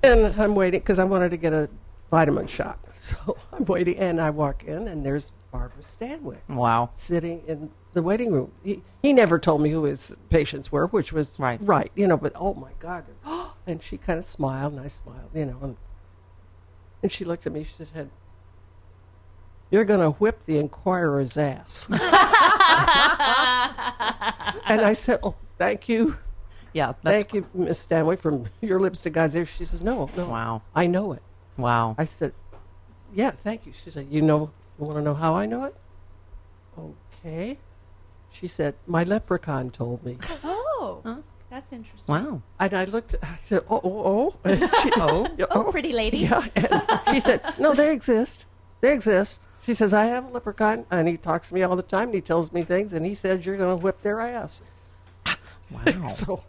and I'm waiting because I wanted to get a vitamin shot. So I'm waiting, and I walk in, and there's Barbara Stanwyck
Wow.
sitting in the waiting room. He, he never told me who his patients were, which was
Right.
right, you know. But oh my God! and she kind of smiled, and I smiled, you know, and and she looked at me. She said, "You're going to whip the inquirer's ass." and I said, "Oh, thank you."
Yeah. That's
Thank you, Miss Stanley, from your lips to God's ears. She says, "No, no,
Wow.
I know it."
wow.
I said, "Yeah, thank you." She said, "You know, you want to know how I know it?" Okay. She said, "My leprechaun told me."
Oh, that's interesting.
wow.
And I looked. I said, "Oh, oh, oh." And she,
Oh.
Yeah,
Oh, pretty lady.
yeah. And she said, "No, they exist. They exist." She says, "I have a leprechaun, and he talks to me all the time. And he tells me things, and he says you're going to whip their ass."
Wow.
So,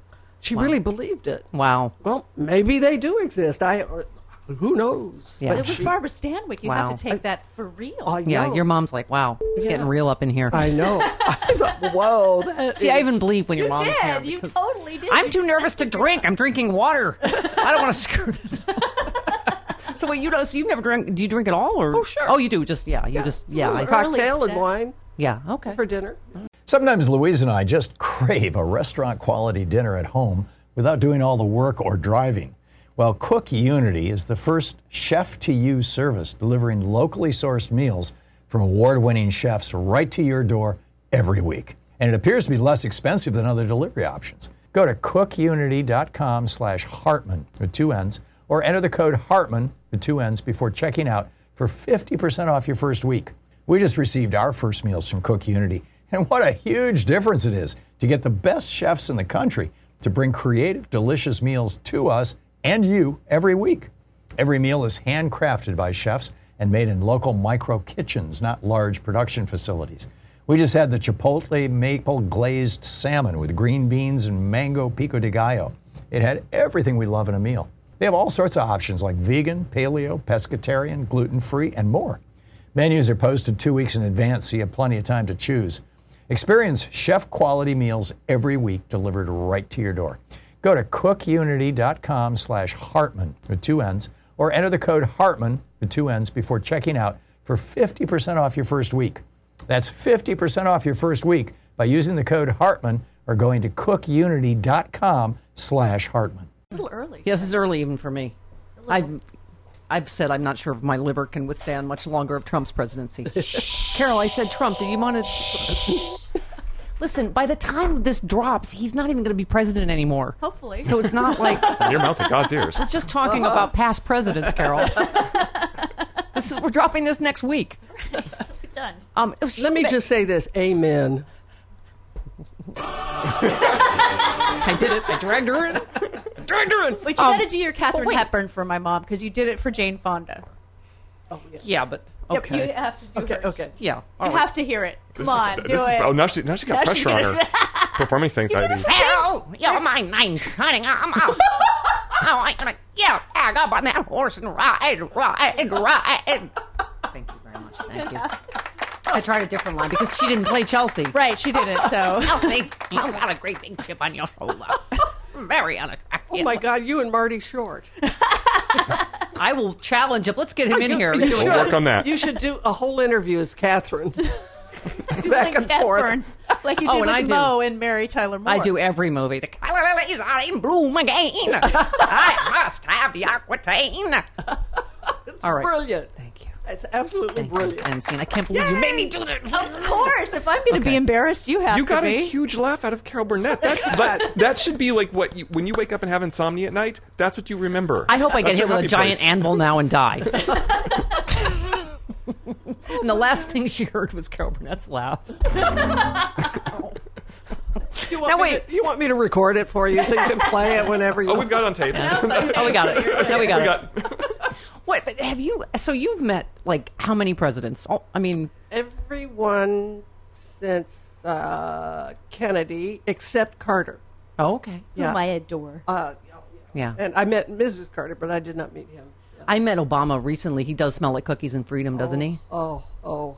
she really believed it.
Wow.
Well, maybe they do exist. I, or, who knows?
Yeah.
It was Barbara Stanwyck. You
Wow.
have to take that for real.
I
Yeah.
know.
Your mom's like, wow, it's
Yeah.
getting real up in here.
I know. I thought, whoa. that
See, I
is-
even believe when your
you
mom's
did.
here.
you
because-
totally did.
I'm too nervous to drink. I'm drinking water. I don't want to screw this up. So wait, you don't? So you've never drank? Do you drink at all? Or oh
sure.
Oh, you do. Just yeah. You just yeah. I,
cocktail and wine
yeah. Okay.
for dinner.
Sometimes Louise and I just crave a restaurant quality dinner at home without doing all the work or driving. Well, Cook Unity is the first chef to you service delivering locally sourced meals from award winning chefs right to your door every week. And it appears to be less expensive than other delivery options. Go to cookunity.com slash Hartman with two N's or enter the code Hartman with two N's before checking out for 50% off your first week. We just received our first meals from Cook Unity, and what a huge difference it is to get the best chefs in the country to bring creative, delicious meals to us and you every week. Every meal is handcrafted by chefs and made in local micro kitchens, not large production facilities. We just had the Chipotle maple glazed salmon with green beans and mango pico de gallo. It had everything we love in a meal. They have all sorts of options like vegan, paleo, pescatarian, gluten free, and more. Menus are posted two weeks in advance, so you have plenty of time to choose. Experience chef quality meals every week delivered right to your door. Go to cookunity.com slash Hartman with two N's or enter the code Hartman with two N's before checking out for 50% off your first week. That's 50% off your first week by using the code Hartman or going to cookunity.com slash Hartman.
a little early.
Yes, it's early even for me. I've I've said I'm not sure if my liver can withstand much longer of Trump's presidency. Carol, I said Trump. Did you want to? Listen, by the time this drops, he's not even going to be president anymore.
Hopefully.
So it's not like
From your mouth to God's ears.
just talking about past presidents, Carol. this is we're dropping this next week.
done.
Um,
Let me just say this. Amen.
I did it. I dragged her in. dragged her in. Um,
But you got to do your Catherine Hepburn for my mom because you did it for Jane Fonda.
Yeah, but
Yeah, but
okay.
You have to do
Okay,
her.
okay.
yeah. all
You
right.
have to hear it. Come
This is-
on, do
this is-
it.
oh, now she now she got
Now she
pressure on
did
her performing things. I didn't-
Hello, you're my name shining. I'm out. How I gonna get back up on that horse and ride, ride, ride?
Thank you very much. Thank you. I tried a different line because she didn't play Chelsea.
Right, she did it. So
Elsie, you got a great big chip on your shoulder. Very unattractive.
Oh my God, you and Marty Short.
I will challenge him. Let's get him in here.
We'll work on that.
You should do a whole interview as Catherine. Back
like
and forth.
Hepburn, like you did
Oh, and
with
I do.
Mo and Mary Tyler Moore.
I do every movie. The kind
My lilies are in bloom again. I must have the Aquitaine.
All right.
Brilliant.
Thank you.
It's absolutely brilliant. Oh.
And scene. I can't believe you made me do that.
Of course, if I'm going to
Okay.
be embarrassed, you have
You
to
got a
be.
huge laugh out of Carol Burnett. That, that, that should be like what you, when you wake up and have insomnia at night. That's what you remember.
I hope I get
That's
hit
your
with a
happy
giant
place.
anvil now and die.
Oh,
and the last thing she heard was Carol Burnett's laugh.
You want
now
me
wait.
to- you want me to record it for you so you can play it whenever you
Oh, we've got it on tape.
oh, we got it. No, we got
We
it.
got-
What? But have you? So you've met like how many presidents? Oh, I mean,
everyone since uh, Kennedy except Carter.
oh, okay.
Yeah.
whom I adore.
Uh,
Yeah.
and I met Mrs. Carter, but I did not meet him.
I met Obama recently. He does smell like cookies and freedom, doesn't he?
Oh, oh.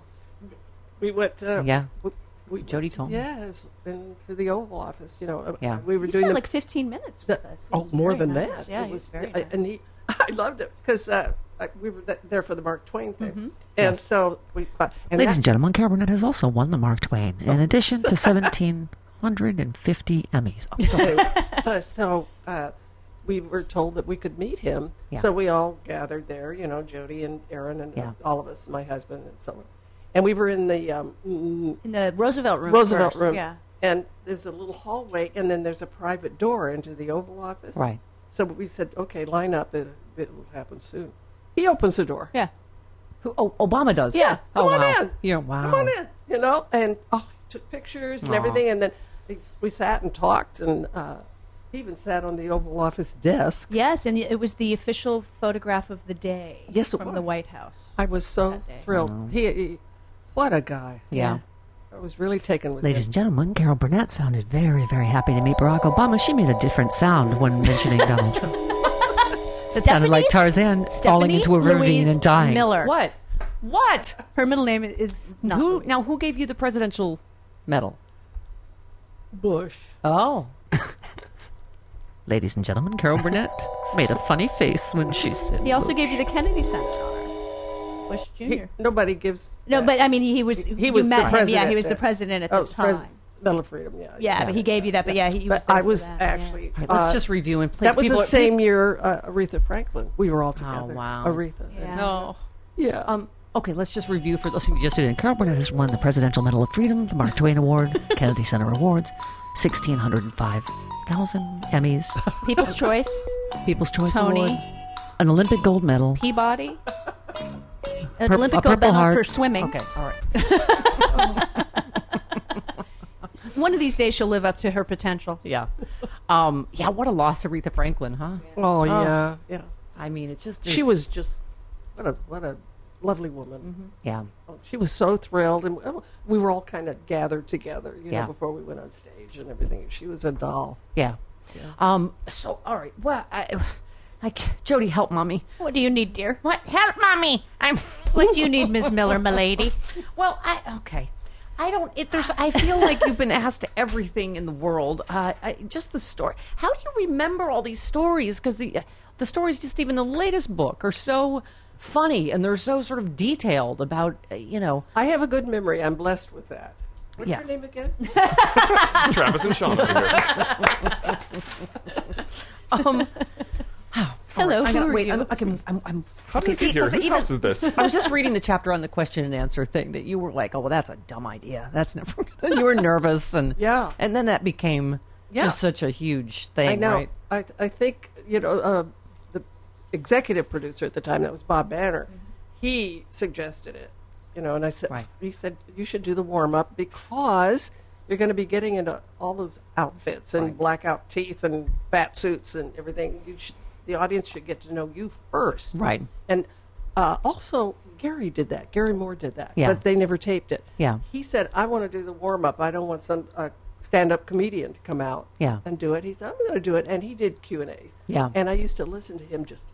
We went. Uh,
Yeah.
We, we
Jody told me.
Yes, into the Oval Office. You know, uh,
Yeah.
we were
He
doing
spent
the,
like 15 minutes
the-
with us. It
oh
was
more
very
than
nice.
that.
Yeah,
It
he was very.
I-
nice.
and he, I loved it because uh, I- we were th- there for the Mark Twain
Mm-hmm.
thing, and so we. Uh, and
Ladies
that-
and gentlemen, Carol Burnett has also won the Mark Twain,
Oh.
in addition to 1,750 Emmys. Oh, God.
uh, so uh, we were told that we could meet him.
Yeah.
So we all gathered there, you know, Jody and Aaron and
Yeah.
all of us, my husband and someone. And we were in the um, mm,
in the Roosevelt room.
Roosevelt
first,
room.
Yeah.
And there's a little hallway, and then there's a private door into the Oval Office.
Right.
So we said, okay, line up. It, it will happen soon. He opens the door.
Yeah.
Who? Oh, Obama does.
Yeah,
Oh
come on
wow.
in.
Yeah. Wow.
Come on in. You know, and oh, he took pictures and everything, and then we s- we sat and talked, and uh, he even sat on the Oval Office desk.
Yes, and it was the official photograph of the day.
Yes, it
from
was.
the White House.
I was so
That day.
thrilled. He, he, what a guy!
Yeah.
I was really taken with
Ladies
him.
and gentlemen, Carol Burnett sounded very, very happy to meet Barack Obama. She made a different sound when mentioning Donald Trump. It sounded like Tarzan falling
Stephanie
into a ravine
Louise
and dying.
Miller.
What? What?
Her middle name is not
who?
Louise.
Now, who gave you the presidential medal?
Bush.
Oh.
Ladies and gentlemen, Carol Burnett made a funny face when she said.
He also gave you the Kennedy Center honor, Bush Jr.
He, nobody gives.
no,
that.
but I mean, he, he was
He
you
was the
met him. Yeah,
president
he was the
then.
president at
oh,
the
Pres-
time.
Medal of Freedom. Yeah.
yeah, but he gave you that. But yeah, he, he was.
But I
there for
was
that, yeah.
actually.
All right, let's
uh,
just review and please.
That was
people,
the same year uh, Aretha Franklin. We were all together.
wow.
Aretha.
Yeah.
No.
Yeah.
Um. Okay. Let's just review for those.
So you just did. Carol Burnett has won the Presidential Medal of Freedom, the Mark Twain Award, Kennedy Center Awards, 1,605,000 Emmys,
People's Choice,
People's Choice Award,
Tony,
an Olympic gold medal.
Peabody, an
Purp- a
Olympic
Purple
gold medal
Heart.
for swimming.
Okay. All right.
One of these days, she'll live up to her potential.
Yeah. Um. Yeah. What a loss, Aretha Franklin, huh?
oh yeah. Yeah.
I mean, it just
She was just what a what a lovely woman.
Yeah.
Oh, She was so thrilled, and oh, we were all kind of gathered together, you
Yeah.
know, before we went on stage and everything. She was a doll.
Yeah. Um. So all right. Well, I, like Jody, help mommy.
What do you need, dear?
What? Help, mommy! I'm.
What do you need, Miss Miller, milady?
Well, I okay. I don't. It, there's. I feel like you've been asked everything in the world. Uh, I, just the story. How do you remember all these stories? Because the the stories, just even the latest book, are so funny and they're so sort of detailed about uh, you know.
I have a good memory. I'm blessed with that. What's
Yeah.
your name again?
Travis and Sean. Over here.
Um,
Hello,
I
who
gotta-
are
wait,
you?
I'm, I'm, I'm, I'm,
How did we
Okay,
get here?
because
Whose
even-
house is this?
I was just reading the chapter on the question and answer thing that you were like, oh, well, that's a dumb idea. That's never. you were nervous and
Yeah.
and then that became
Yeah.
just such a huge thing.
I know.
Right?
I, I think you know uh, the executive producer at the time. That was Bob Banner. He suggested it. You know, and I said,
Mm-hmm. Right.
he said you should do the warm up because you're going to be getting into all those outfits and blackout teeth and bat suits and everything. You should, the audience should get to know you first.
Right.
And uh, also, Gary did that. Gary Moore did that.
Yeah.
But they never taped it.
Yeah.
He said, I want to do the warm up. I don't want some uh, stand up comedian to come out
Yeah.
and do it. He said, I'm going to do it. And he did Q and A's.
Yeah.
And I used to listen to him just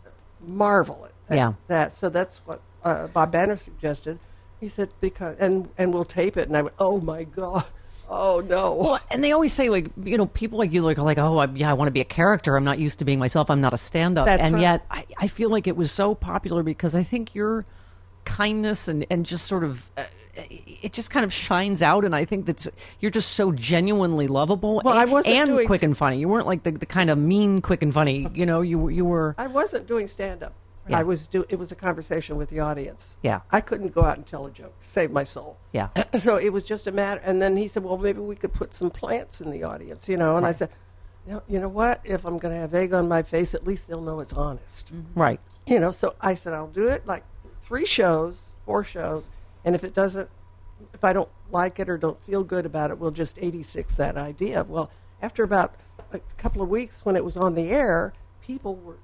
marvel at, at
Yeah.
that. So that's what uh, Bob Banner suggested. He said, because, and, and we'll tape it. And I went, oh my God. Oh no.
Well, and they always say like you know people like you like are like oh I, yeah I want to be a character I'm not used to being myself I'm not a stand up
That's
and
right.
yet I, I feel like it was so popular because I think your kindness and and just sort of uh, it just kind of shines out and I think that you're just so genuinely lovable
Well,
and,
I wasn't
and
doing-
quick and funny you weren't like the, the kind of mean quick and funny you know you were- you were
I wasn't doing stand up.
Yeah.
I was do. It was a conversation with the audience.
Yeah.
I couldn't go out and tell a joke. Save my soul.
Yeah.
So it was just a matter. And then he said, "Well, maybe we could put some plants in the audience," you know. And I said, "No, you know what? If I'm going to have egg on my face, at least they'll know it's honest."
right
You know. So I said, "I'll do it like three shows, four shows, and if it doesn't, if I don't like it or don't feel good about it, we'll just 86 that idea. Well, after about a couple of weeks when it was on the air, people were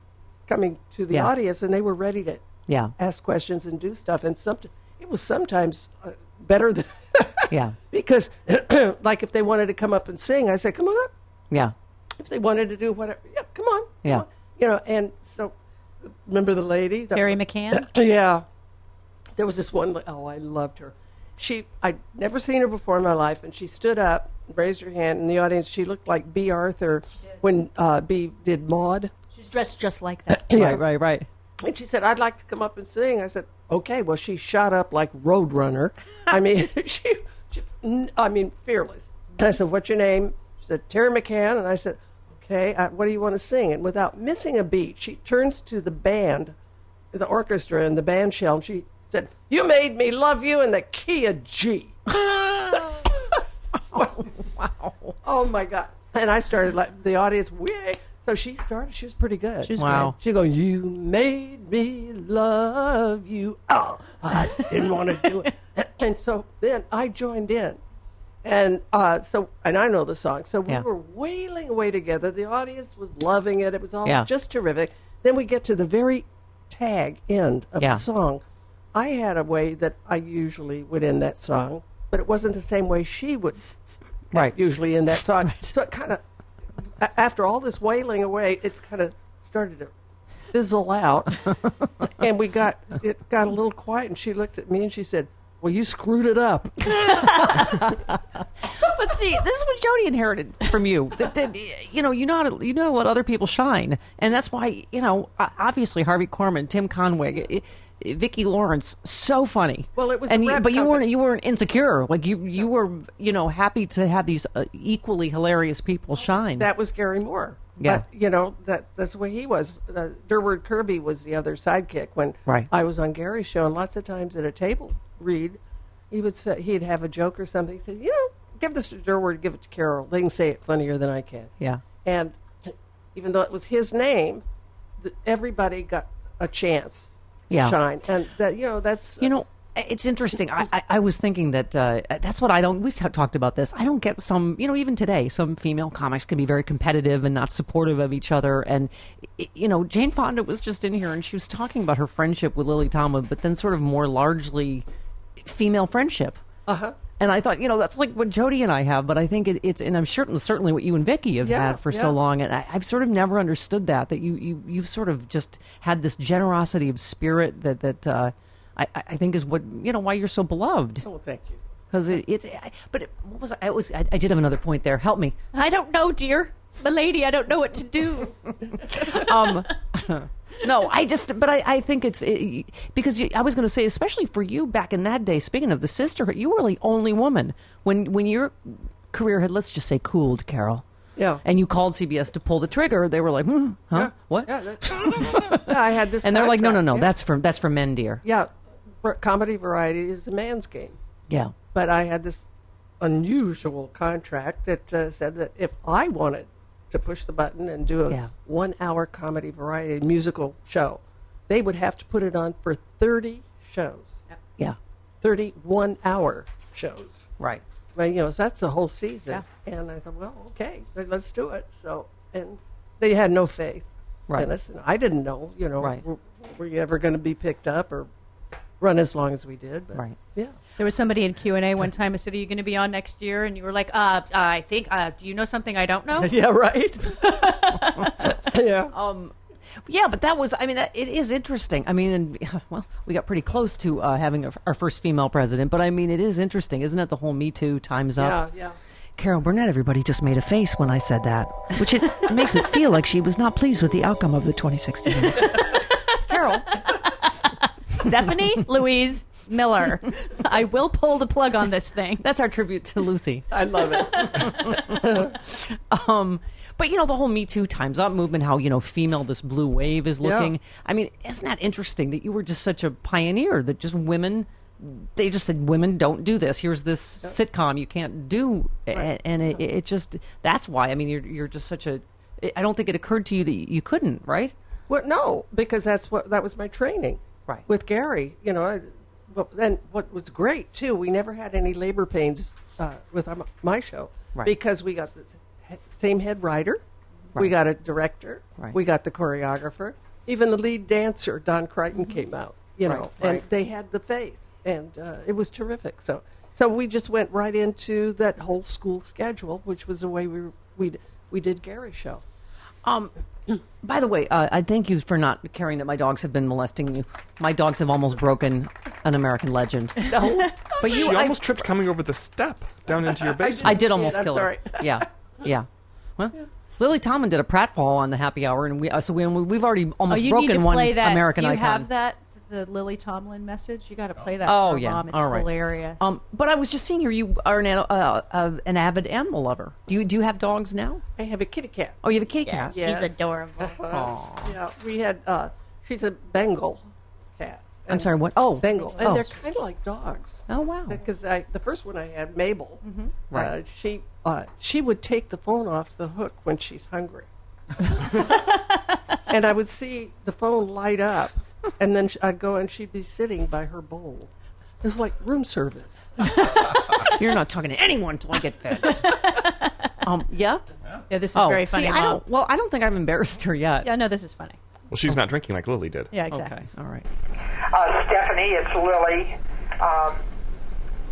coming to the
Yeah.
audience and they were ready to
Yeah.
ask questions and do stuff. And some, it was sometimes uh, better than
Yeah.
because, like, if they wanted to come up and sing, I said, "Come on up."
Yeah.
If they wanted to do whatever, yeah, come on.
Yeah.
You know, and so remember the lady,
Terry McCann?
yeah, there was this one. li- Oh, I loved her. She, I'd never seen her before in my life, and she stood up, raised her hand in the audience. She looked like B. Arthur when uh, B did Maud.
She's dressed just like that.
Yeah.
Right, right, right.
And she said, I'd like to come up and sing. I said, okay. Well, she shot up like Roadrunner. I mean, she, she, n- I mean, fearless. And I said, what's your name? She said, Terry McCann. And I said, okay, uh, what do you want to sing? And without missing a beat, she turns to the band, the orchestra and the band shell, and she said, you made me love you in the key of G. Oh my god! And I started like the audience. Way. So she started. She was pretty good.
She was Wow.
She go. You made me love you. Oh, I didn't want to do it. And so then I joined in, and uh, so and I know the song. So we
Yeah.
were wailing away together. The audience was loving it. It was all
Yeah.
just terrific. Then we get to the very tag end of
Yeah.
the song. I had a way that I usually would end that song, but it wasn't the same way she would
Right.
usually in that song. So it kind of, after all this wailing away, it kind of started to fizzle out, and we got it got a little quiet. And she looked at me and she said, "Well, you screwed it up."
But see, this is what Jody inherited from you. That, that, you know, you know how to, you know how to let other people shine, and that's why you know o- obviously Harvey Korman, Tim Conway, i- i- Vicki Lawrence, so funny.
Well, it was a
and you-
rep
but you
company.
weren't you weren't insecure. Like you you were you know happy to have these uh, equally hilarious people shine.
That was Gary Moore.
Yeah.
But, you know that that's the way he was. Uh, Durward Kirby was the other sidekick when
Right.
I was on Gary's show, and lots of times at a table read, he would say he'd have a joke or something. He said, "You know, give this to Durward, give it to Carol. They can say it funnier than I can."
yeah.
And even though it was his name, th- everybody got a chance to
Yeah.
shine. And that you know that's
You know, it's interesting. I, I, I was thinking that uh, that's what I don't. We've t- talked about this. I don't get some. You know, even today, some female comics can be very competitive and not supportive of each other. And y- you know, Jane Fonda was just in here and she was talking about her friendship with Lily Tomlin, but then sort of more largely female friendship. Uh
Uh-huh.
huh. And I thought, you know, that's like what Jody and I have, but I think it, it's, and I'm certain, certainly what you and Vicky have
Yeah,
had for
yeah.
so long, and I, I've sort of never understood that that you you you've sort of just had this generosity of spirit that that uh, I I I think is what you know why you're so beloved
oh, thank you.
because it, it I, but it, what was I, I was I, I did have another point there. Help me.
I don't know, dear. Milady, I don't know what to do.
um, no, I just, but I, I think it's it, because you, I was going to say, especially for you back in that day. Speaking of the sisterhood, you were the only woman when when your career had, let's just say, cooled, Carol.
Yeah.
And you called CBS to pull the trigger. They were like, hmm, huh, what?
Yeah, that- Yeah, I had this.
and they're like, no, no,
contract.
no,
Yeah.
that's for that's for men, dear.
yeah. for- Comedy variety is a man's game,
Yeah.
but I had this unusual contract that uh, said that if I wanted to push the button and do a
Yeah.
one-hour comedy variety musical show, they would have to put it on for thirty shows,
Yeah.
thirty-one hour shows.
Right.
Well, you know, so that's the whole season. And I thought, well, okay, let- let's do it. So, and they had no faith
Right.
in us. And I didn't know, you know,
Right.
were, were you ever going to be picked up or run as long as we did? But,
Right.
Yeah.
There was somebody in Q and A one time. I said, "Are you going to be on next year?" And you were like, "Uh, I think. Uh, do you know something I don't know?"
Yeah, right. yeah.
Um, yeah, but that was, I mean, that, it is interesting. I mean, and, well, we got pretty close to uh, having our, our first female president, but I mean, it is interesting, isn't it? The whole Me Too time's
yeah,
up.
yeah.
Carol Burnett, everybody just made a face when I said that, which it makes it feel like she was not pleased with the outcome of the 2016 election.
Carol, Stephanie, Louise Miller. I will pull the plug on this thing.
That's our tribute to Lucy.
I love it.
Um, but you know the whole Me Too times up movement, how you know female this blue wave is looking. I mean, isn't that interesting that you were just such a pioneer that just women, they just said women don't do this. Here's this sitcom you can't do, A- and it, it just that's why. I mean, you're you're just such a. I don't think it occurred to you that you couldn't, right?
well, no, because that's what that was my training.
Right.
With Gary, you know, I, well, and what was great too, we never had any labor pains uh, with um, my show
Right.
because we got the s- he- same head writer, we
Right.
got a director,
Right.
we got the choreographer, even the lead dancer Don Crichton came out, you
Right,
know, and
right.
they had the faith, and uh, it was terrific. So, so we just went right into that whole school schedule, which was the way we we we did Gary's show.
Um, by the way, uh, I thank you for not caring that my dogs have been molesting you. My dogs have almost broken an American legend.
But
you-
she
I-
almost tripped coming over the step down into your basement.
I did almost kill her. Yeah, yeah. Well, Lily Tomlin did a pratfall on the happy hour, and we uh, so we, we've already almost
oh, you
broken
need to
one
play that.
American
Do you
icon.
have that the Lily Tomlin message. You got to play that.
oh
for
yeah,
mom. it's
all right.
hilarious.
Um, but I was just seeing here. You are an an- uh, uh, an avid animal lover. Do you do you have dogs now?
I have a kitty cat.
Oh, you have a kitty cat. Oh.
Uh, yeah, we had. Uh, she's a Bengal cat.
I'm sorry, what? Oh.
Bengal, and
Oh.
they're kind of like dogs.
Oh wow! Mm-hmm.
Because the first one I had, Mabel,
Right.
uh, she uh, she would take the phone off the hook when she's hungry, and I would see the phone light up, and then sh- I'd go and she'd be sitting by her bowl. It's like room service.
You're not talking to anyone until I get fed. um, yeah.
Yeah, this is
oh,
very
see,
funny,
I
Mom.
don't. Well, I don't think I've embarrassed her yet.
Yeah, no, this is funny.
Well, she's not drinking like Lily did.
Yeah, exactly.
Okay. All right.
Uh, Stephanie, it's Lily. Um,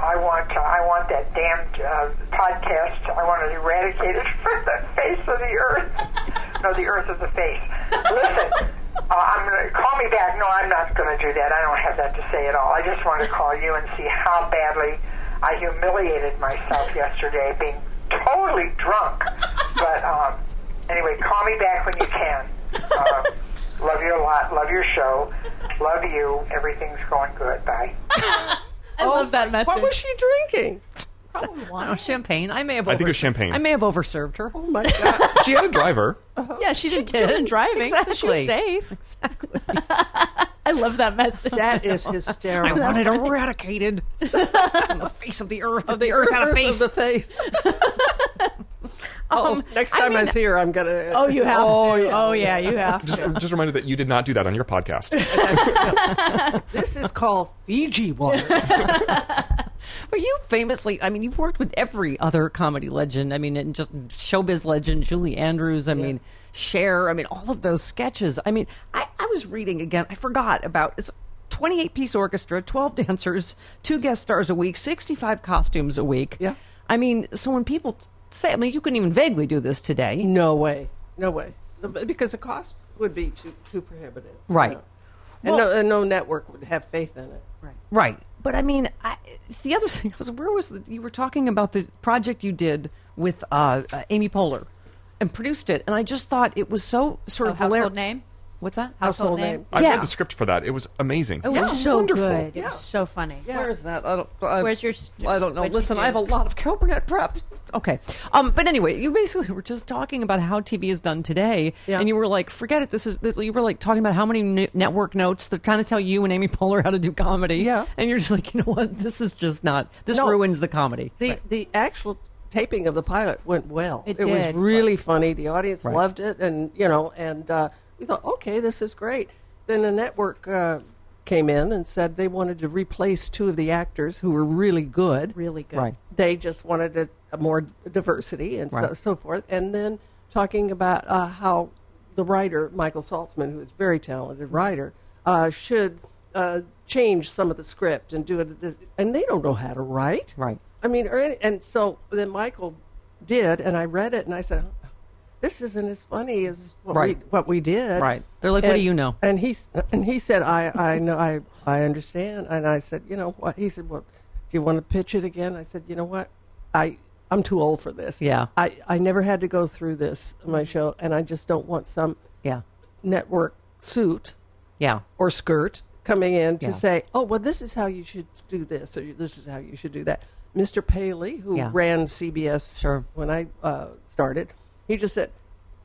I want uh, I want that damned uh, podcast. I want to eradicate it from the face of the earth. no, the earth of the face. Listen, uh, I'm gonna call me back. No, I'm not gonna do that. I don't have that to say at all. I just want to call you and see how badly I humiliated myself yesterday, being totally drunk. But um, anyway, call me back when you can. Uh, love you a lot. Love your show. Love you. Everything's going good. Bye.
I love that message.
What was she drinking?
I don't know, Oh, champagne. I may have.
I think it was
overs-
champagne.
I may have overserved her. Oh
my god!
She had a driver.
Yeah, she, didn't, she wasn't driving, so she was
Exactly.
safe. Exactly. I love that message.
That is hysterical.
I want it eradicated from the face of the earth. Of the earth had a
Earth
face.
of the face. oh, next time I,
mean-
see her, I'm gonna.
Oh, you have
Oh,
to.
yeah.
Oh, yeah, you have
Just, just a reminder that you did not do that on your podcast.
This is called Fiji water.
But you famously, I mean, you've worked with every other comedy legend. I mean, and just showbiz legend, Julie Andrews. I mean, Cher. I mean, all of those sketches. I mean, I, I was reading again. I forgot about it's. 28 piece orchestra, 12 dancers, two guest stars a week, 65 costumes a week. Yeah. I mean, so when people say, I mean, you couldn't even vaguely do this today.
No way. No way. The- Because the cost would be too, too prohibitive. you
Right.
know. And, no, and no network would have faith in it. Right.
Right. But I mean, I, the other thing was where was the, you were talking about the project you did with uh, uh, Amy Poehler and produced it, and I just thought it was so sort
Oh,
of hilar-
household name?
What's that?
Household name.
I
yeah.
read the script for that. It was amazing.
It was
Yeah.
so
Wonderful.
good. It was so funny.
Where is that? I don't. I,
Where's your?
I don't know.
what'd you
Listen, I
do?
have a lot of Copernet prep. Okay. Um. But anyway, you basically were just talking about how TV is done today,
Yeah.
and you were like, "Forget it. This is." This, you were like talking about how many ne- network notes they're trying to tell you and Amy Poehler how to do comedy.
Yeah.
And you're just like, you know what? This is just not. This
No.
ruins the comedy.
The, the actual taping of the pilot went well.
It
was
did.
really funny. The audience
Right.
loved it. And, you know, and uh, we thought, okay, this is great. Then the network uh, came in and said they wanted to replace two of the actors who were really good.
Really good.
Right.
they just wanted a, a more diversity and so,
Right.
so forth. And then talking about uh, how the writer Michael Saltzman, who is a very talented writer, uh, should uh, change some of the script and do it. This, and they don't know how to write.
Right.
I mean, or any, and so then Michael did, and I read it, and I said. This isn't as funny as what,
Right.
we, what we did.
Right. They're like, "What do
And-
you know?"
And he s- and he said, "I I know I I understand." And I said, "You know what?" He said, "Well, do you want to pitch it again?" I said, "You know what? I I'm too old for this.
Yeah.
I I never had to go through this on my show, and I just don't want some
Yeah.
network suit
Yeah.
or skirt coming in to
Yeah.
say, "Oh, well, this is how you should do this, or this is how you should do that." Mr. Paley, who
Yeah.
ran CBS
Sure.
when I uh, started, he just said,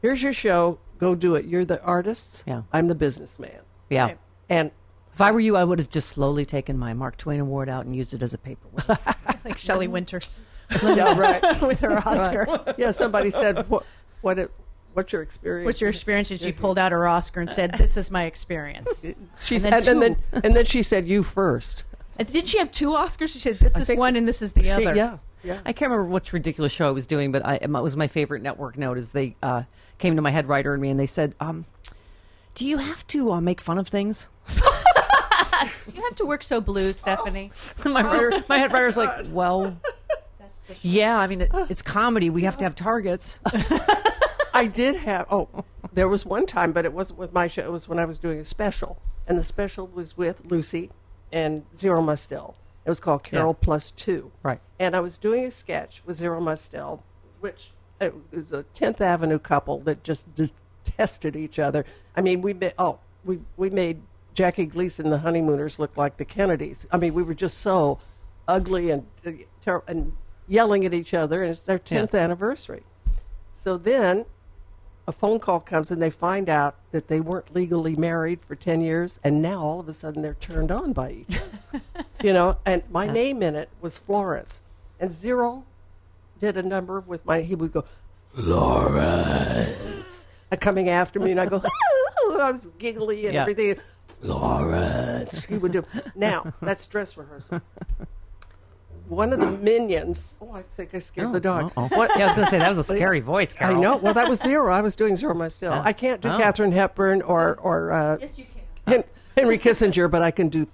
"Here's your show. Go do it. You're the artists.
Yeah.
I'm the businessman."
Yeah.
And
If I were you, I would have just slowly taken my Mark Twain award out and used it as a paperweight.
Like Shelley
Mm-hmm.
Winters
yeah, right.
with her Oscar.
Right. Yeah, somebody said, "What? What? It, what's your experience?"
What's your experience? And she pulled out her Oscar and said, "This is my experience."
She
and
said,
then
and then and then she said, "You first.
And Did she have two Oscars? She said, "This is one and this is the other."
yeah.
I can't remember which ridiculous show I was doing, but I, it was my favorite network note. Is they uh, came to my head writer and me, and they said, um, "Do you have to uh, make fun of things?"
Do you have to work so blue, Stephanie?
my writer, my head writer's like, "Well, yeah, I mean, it, it's comedy. We have to have targets."
I did have. Oh, there was one time, but it wasn't with my show. It was when I was doing a special, and the special was with Lucy and Zero Mustel. It was called Carol Plus Two.
Right.
And I was doing a sketch with Zero Mustel, which it was a Tenth Avenue couple that just detested each other. I mean, we made oh we we made Jackie Gleason and the Honeymooners look like the Kennedys. I mean, we were just so ugly and uh, ter- and yelling at each other, and it's their
Yeah.
tenth anniversary. So then a phone call comes and they find out that they weren't legally married for 10 years and now all of a sudden they're turned on by each other. you know, and my
Yeah.
name in it was Florence. And Zero did a number with my, he would go, Florence. uh, Coming after me and I go, I was giggly and
Yeah.
everything. Florence. He would do, now, that's dress rehearsal. One of the minions, oh, I think I scared the dog.
uh-oh.
What-
Yeah, I was gonna say, that was a scary voice, Carol.
I know. Well, that was zero. I was doing zero myself. I can't do
Oh.
Catherine Hepburn or or uh, yes, you can. Henry Kissinger, but I can do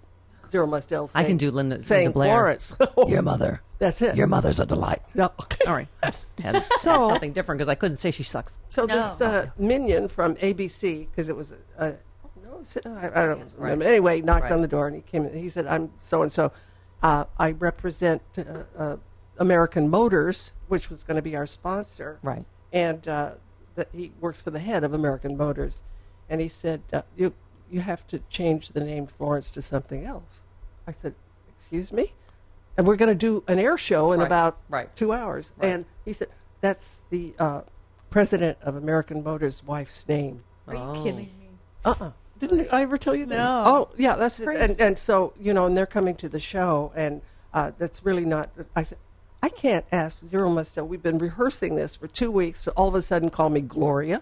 zero Mustel.
I
saying-
can do Linda- Linda
saying
Blair.
Florence.
Your mother.
That's it.
Your mother's
a delight. No.
All right, I just had, had
So-
something different because I couldn't say she sucks.
So this uh, minion from ABC, because it was a, a no, it's- I, I don't remember. Anyway, knocked
Right.
on the door and he came. in. He said, "I'm so and so. I represent uh, uh, American Motors, which was going to be our sponsor."
Right.
And uh, that he works for the head of American Motors, and he said, uh, "You you have to change the name Florence to something else." I said, "Excuse me." And we're going to do an air show in
Right,
about
right.
two hours.
Right.
And he said, "That's the uh, president of American Motors' wife's name."
Are you
Oh.
kidding me?
Uh uh Didn't I ever tell you that?
No.
Oh, yeah, that's it.
Crazy.
And, and so, you know, and they're coming to the show, and uh, that's really not. I said, I can't ask Zero Mustel. We've been rehearsing this for two weeks to all of a sudden call me Gloria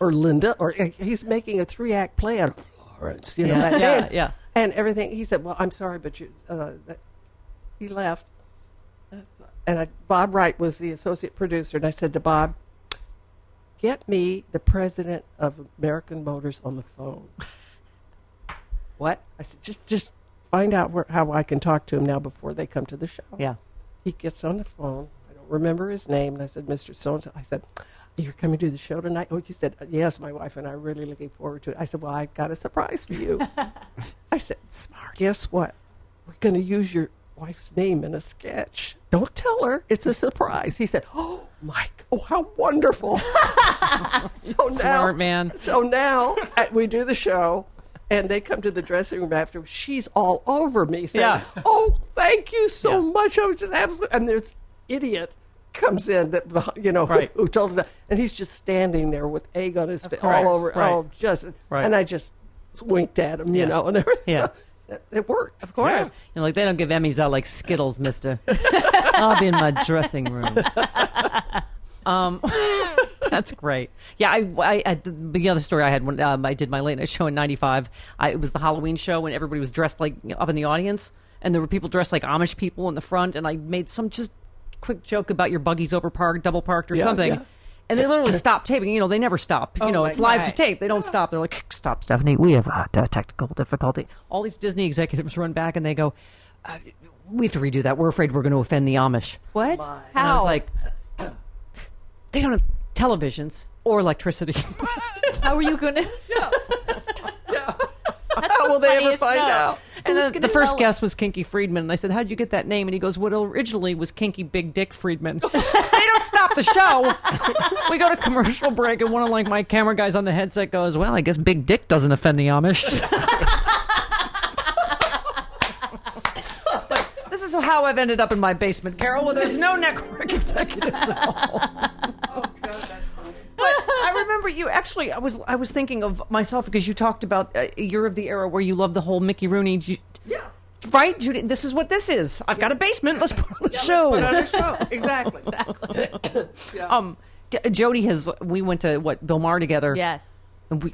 or Linda, or eh, he's making a three act play out of Florence, you know,
Yeah.
that
Yeah,
name.
yeah.
And everything. He said, Well, I'm sorry, but you. Uh, that, he left. And I, Bob Wright was the associate producer, and I said to Bob, Get me the president of American Motors on the phone. what? I said, just just find out where, how I can talk to him now before they come to the show.
Yeah.
He gets on the phone. I don't remember his name, and I said, Mr. So and so. I said, You're coming to the show tonight? Oh, he said, Yes, my wife and I are really looking forward to it. I said, Well, I've got a surprise for you. I said, Smart. Guess what? We're going to use your wife's name in a sketch. Don't tell her. It's a surprise. He said, Oh, Mike. Oh, how wonderful. so
Smart man.
So now uh, we do the show, and they come to the dressing room after. She's all over me saying,
Yeah.
"Oh, thank you so much. I was just absolutely." And this idiot comes in that you know who-
Right.
who, told us that, and he's just standing there with egg on his face,
course.
all over,
Right.
all just.
Right.
And I just winked at him, you know, and everything.
Yeah.
So it- it worked, of
You know, like they don't give Emmys out like Skittles, Mister. I'll be in my dressing room. Um, that's great. Yeah, I, I, I the other story I had when um, I did my late night show in '95. I, it was the Halloween show, and everybody was dressed like you know, up in the audience, and there were people dressed like Amish people in the front, and I made some just quick joke about your buggy's over parked, double parked, or
Yeah,
something.
yeah.
And they literally stopped taping. You know, they never stop. You
Oh
know,
my
it's live
God.
to tape. They don't stop. They're like, stop, Stephanie. We have a technical difficulty. all these Disney executives run back and they go, uh, "We have to redo that. We're afraid we're going to offend the Amish."
What? How?
And I was like, "They don't have televisions or electricity."
How are you going to?
How will they ever find out?
and then the first guest was Kinky Friedman, and I said, "How'd you get that name?" And he goes, "What originally was Kinky Big Dick Friedman." they don't stop the show. we go to commercial break, and one of like my camera guys on the headset goes, "Well, I guess Big Dick doesn't offend the Amish." This is how I've ended up in my basement, Carol, where there's no network executives at all. But I remember you actually. I was I was thinking of myself because you talked about uh, you're of the era where you love the whole Mickey Rooney. yeah. Right, Judy. This is what this is. I've got a basement. Let's put on a show.
exactly.
Um, D- Jody has. We went to what Bill Maher together.
Yes.
And we.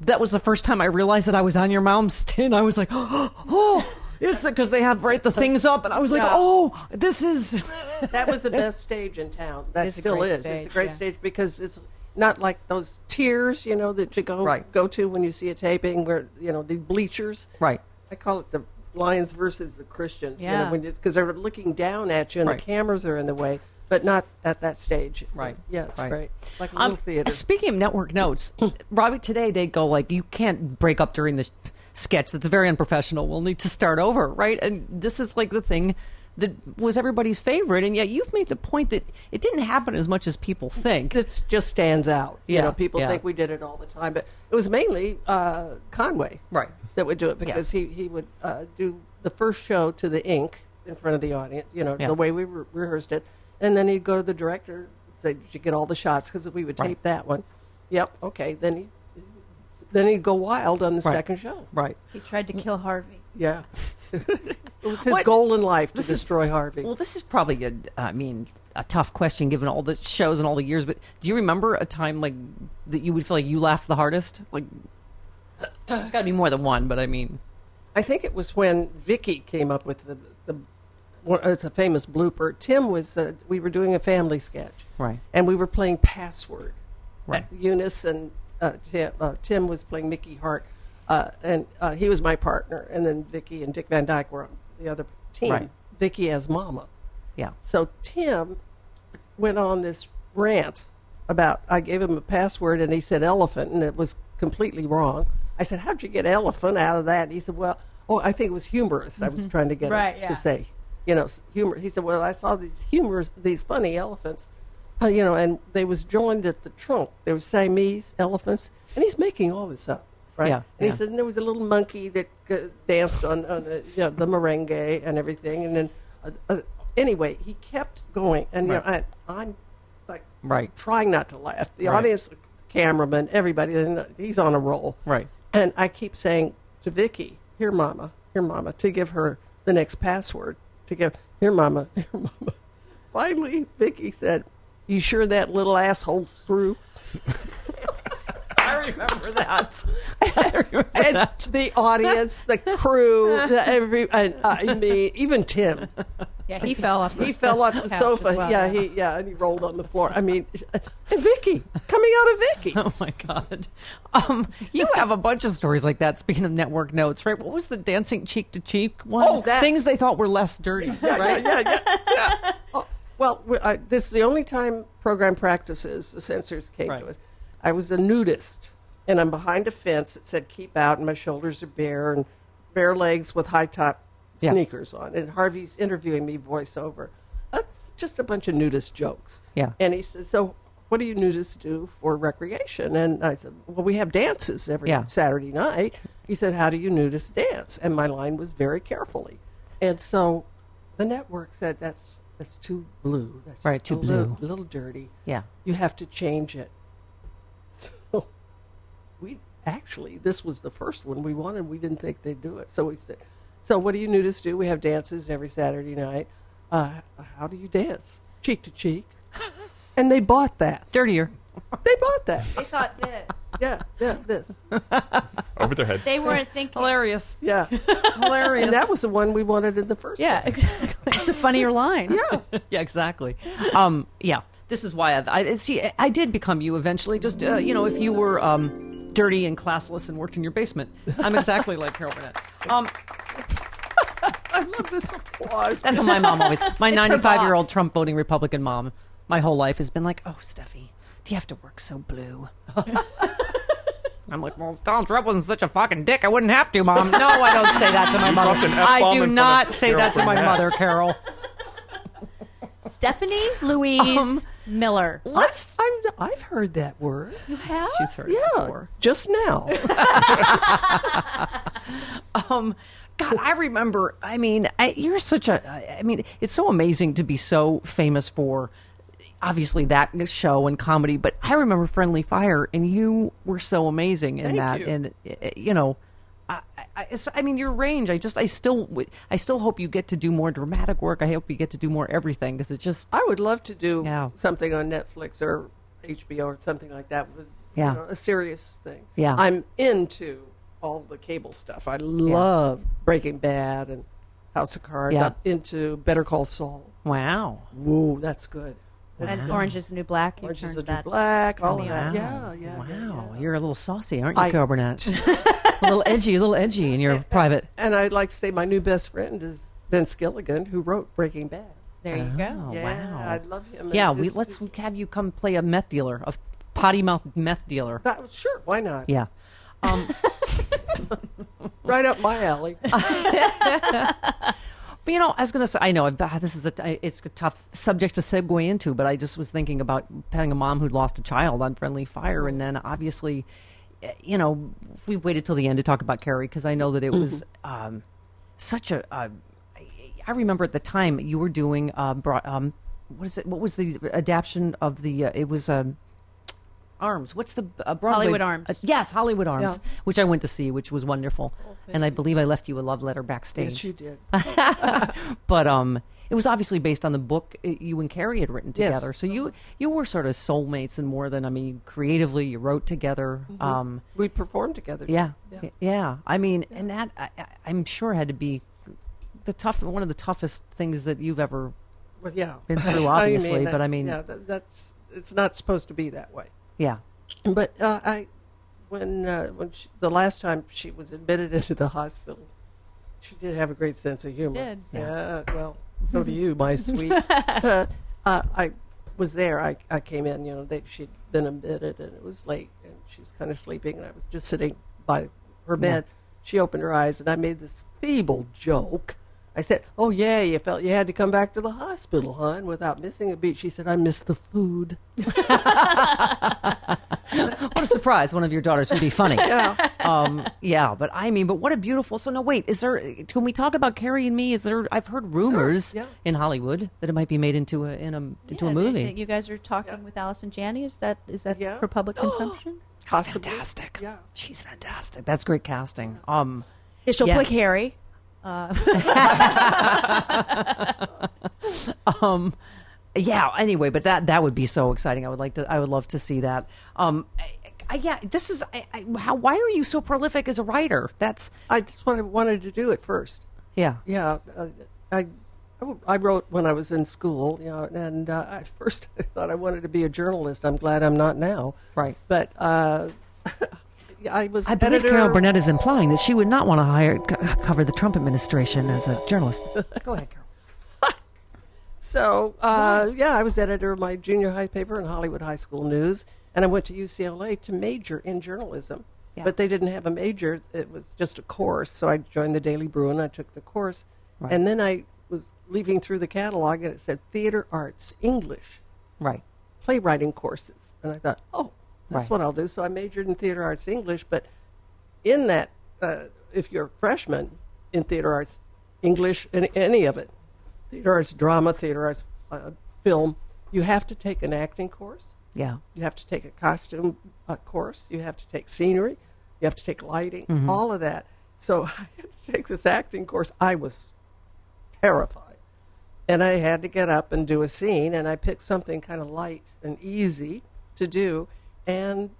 That was the first time I realized that I was on your mom's tin. I was like, oh, It's because they have right the things up, and I was like,
Yeah.
oh, this is.
that was the best stage in town. That
It's a
still
great
is.
stage,
it's a great
yeah.
stage because it's not like those tiers, you know, that you go go to when you see a taping where you know the bleachers.
Right.
I call it the Lions versus the Christians.
Yeah.
You know, because they're looking down at you and
Right.
the cameras are in the way, but not at that stage.
Right.
Yes. it's
Right.
Great. Like a
Um,
little theater. Hmm.
Speaking of network notes, Robbie, today they go like, you can't break up during the sh- sketch. That's very unprofessional. We'll need to start over, right? And this is like the thing that was everybody's favorite, and yet you've made the point that it didn't happen as much as people think.
It just stands out.
Yeah,
You know, people
yeah.
think we did it all the time, but it was mainly uh, Conway,
right,
that would do it because he he would uh, do the first show to the ink in front of the audience. You know,
Yeah.
the way we re- rehearsed it, and then he'd go to the director and say, "Did you get all the shots?" Because we would tape
Right.
that one. Yep. Okay. Then he then he'd go wild on the
Right.
second show.
right.
He tried to kill Harvey.
Yeah. it was his
What-
goal in life to
This is-
destroy Harvey.
Well, this is probably a, I mean, a tough question given all the shows and all the years. But do you remember a time like that you would feel like you laughed the hardest? Like, there's got to be more than one, but I mean,
I think it was when Vicky came up with the the. Well, it's a famous blooper. Tim was uh, we were doing a family sketch,
Right.
And we were playing password.
Right.
Eunice and uh, Tim, uh, Tim was playing Mickey Hart, uh, and uh, he was my partner. And then Vicky and Dick Van Dyke were on the other team.
Right.
Vicky as Mama.
yeah,
So Tim went on this rant about I gave him a password and he said elephant and it was completely wrong. I said, How'd you get elephant out of that? And he said, Well, oh, I think it was humorous. I
Mm-hmm.
was trying to get
Right,
him
yeah.
to say, you know, s- humor. He said, Well, I saw these humorous, these funny elephants, uh, you know, and they was joined at the trunk. There were Siamese elephants, and he's making all this up, right?
Yeah,
and
yeah.
he said, and there was a little monkey that uh, danced on, on uh, you know, the merengue and everything. And then, uh, uh, anyway, he kept going. And you know, I, I'm like
right.
trying not to laugh. The
Right.
audience, cameraman, everybody, and he's on a roll.
Right.
And I keep saying to Vicky, "Here, Mama, here, Mama," to give her the next password. To give here, Mama, here, Mama. Finally, Vicky said, "You sure that little asshole's through?"
I remember that. I remember
And
that.
the audience, the crew, the every, and, uh, I mean, even Tim.
Yeah, he fell off. The
He fell off the
couch
sofa.
as well,
yeah, he yeah, and he rolled on the floor. I mean, and Vicky coming out of Vicky.
Oh my god! Um, you have a bunch of stories like that. Speaking of network notes, right? What was the dancing cheek to cheek one?
Oh, that-
things they thought were less dirty, right?
yeah, yeah, yeah. Oh, well, we- I, this is the only time program practices the censors came
Right.
to us. I was a nudist, and I'm behind a fence that said "keep out," and my shoulders are bare and bare legs with high top
Yeah.
sneakers on. And Harvey's interviewing me voiceover. That's just a bunch of nudist jokes.
Yeah.
And he says, "So, what do you nudists do for recreation?" And I said, "Well, we have dances every
Yeah.
Saturday night." He said, "How do you nudists dance?" And my line was very carefully. And so the network said that's that's too blue. That's
Right, too
a little,
blue.
little dirty.
Yeah.
You have to change it. So we actually this was the first one we wanted. We didn't think they'd do it. So we said, "So what do you nudists do? We have dances every Saturday night. Uh, how do you dance? Cheek to cheek." And they bought that.
Dirtier.
They bought that.
They thought this.
Yeah, yeah, this.
Over their head.
They weren't thinking.
Hilarious.
Yeah.
Hilarious.
And that was the one we wanted in the first
Yeah, exactly. It's a funnier line. Yeah.
yeah, exactly. Um, yeah, this is why I, I see. I did become you eventually. Just uh, you know, if you were um, dirty and classless and worked in your basement, I'm exactly like Carol Burnett. Um,
I love this applause.
that's what my mom always. My
It's her
95 year old
box.
Trump voting Republican mom. My whole life has been like, oh, Steffi, do you have to work so blue? I'm like, well, if Donald Trump wasn't such a fucking dick, I wouldn't have to, mom. No, I don't say that to my mother.
dropped an
I
F-bomb
do
in front
not
of
say
Carol
that to my
Burnett.
mother, Carol.
Stephanie Louise
Um,
Miller.
Let's.
I'm, I've heard that word.
You have?
She's heard it
Yeah,
before.
just now.
Um, God, I remember. I mean, I, you're such a. I- I mean, it's so amazing to be so famous for, obviously that show and comedy. But I remember Friendly Fire, and you were so amazing in
Thank
that.
you.
And uh, you know, I, I- I, it's- I mean, your range. I just, I still, w- I still hope you get to do more dramatic work. I hope you get to do more everything because it just.
I would love to do
Yeah.
something on Netflix or HBO or something like that. With,
Yeah.
you know, a serious thing.
Yeah.
I'm into all the cable stuff. I love Breaking Bad and House of Cards
Yeah.
up into Better Call Saul.
Wow.
Woo, that's good. That's
And
good.
Orange is the New Black. You
Orange is
turned
the New
that
Black, all
on
of
the
that.
aisle.
Yeah, yeah.
Oh, Wow, you're a little saucy, aren't you,
I-
Coburnett? a little edgy, a little edgy in your private.
And I'd like to say my new best friend is Vince Gilligan, who wrote Breaking Bad.
There you go.
Oh,
Yeah,
wow.
I'd love him.
Yeah,
And
we,
this
let's have you come play a meth dealer, a potty mouth meth dealer.
That, uh, sure, why not?
Yeah.
Right up my alley.
But you know, I was going to say, I know ah, this is a it's a tough subject to segue into, but I just was thinking about having a mom who lost a child on friendly fire, and then obviously, eh, you know, we waited till the end to talk about Carrie because I know that it was
Mm-hmm.
um, such a. Uh, I remember at the time you were doing uh, bro- um, what is it? What was the adaptation of the? Uh, it was um, Arms. What's the uh, Broadway?
Hollywood Arms.
uh, yes, Hollywood Arms,
Yeah.
which I went to see, which was wonderful, and I believe I left you a love letter backstage
yes, you did.
but um it was obviously based on the book uh, you and Carrie had written
Yes.
together. So you you were sort of soulmates and more than I mean creatively you wrote together. Um
We performed together.
yeah. Yeah. I mean and that I, I- I'm sure had to be the tough one of the toughest things that you've ever
Well, yeah.
Been through,
I mean,
obviously, but I
that's-
mean-
yeah, that, that's it's not supposed to be that way.
yeah.
But uh, I, when uh, when she, the last time she was admitted into the hospital, she did have a great sense of humor.
did.
Yeah. well, so do you, my sweet. uh, uh, I was there. I, I came in. You know, they, she'd been admitted, and it was late, and she was kind of sleeping, and I was just sitting by her bed. She opened her eyes, and I made this feeble joke. I said, "Oh yeah, you felt you had to come back to the hospital, huh?" And without missing a beat, she said, "I missed the food."
What a surprise! One of your daughters would be funny. Yeah. Um, yeah, but I mean, but what a beautiful. So no, wait. Is there? Can we talk about Carrie and Me? Is there? I've heard rumors
yeah.
in Hollywood that it might be made into a in a into
Yeah,
a
they-
movie.
they- You guys are talking with Allison Janney. Is that is that
Yeah.
for public consumption?
Possibly.
fantastic.
Yeah.
She's fantastic. That's great casting. Um
Yeah, she'll
Yeah.
play Harry.
um yeah, anyway, but that that would be so exciting. I would like to I would love to see that. Um I, I, yeah, this is I, I, how why are you so prolific as a writer? That's
I just wanted, wanted to do it first.
yeah.
Yeah, uh, I, I w- I wrote when I was in school, you know, and uh, at first I thought I wanted to be a journalist. I'm glad I'm not now.
Right.
But uh, I was.
I believe
editor-
Carol Burnett is implying that she would not want to hire co- cover the Trump administration as a journalist. Go ahead, Carol.
So uh, yeah, I was editor of my junior high paper in Hollywood High School News, and I went to UCLA to major in journalism. But they didn't have a major; it was just a course. So I joined the Daily Bruin. I took the course, and then I was leaving through the catalog, and it said theater arts English.
Right.
playwriting courses. And I thought, oh, that's
Right.
what I'll do. So I majored in theater arts English. But in that, uh, if you're a freshman in theater arts English, and any of it, theater arts drama, theater arts uh, film, you have to take an acting course.
Yeah.
You have to take a costume uh, course. You have to take scenery. You have to take lighting, all of that. So I had to take this acting course. I was terrified. And I had to get up and do a scene, and I picked something kind of light and easy to do. And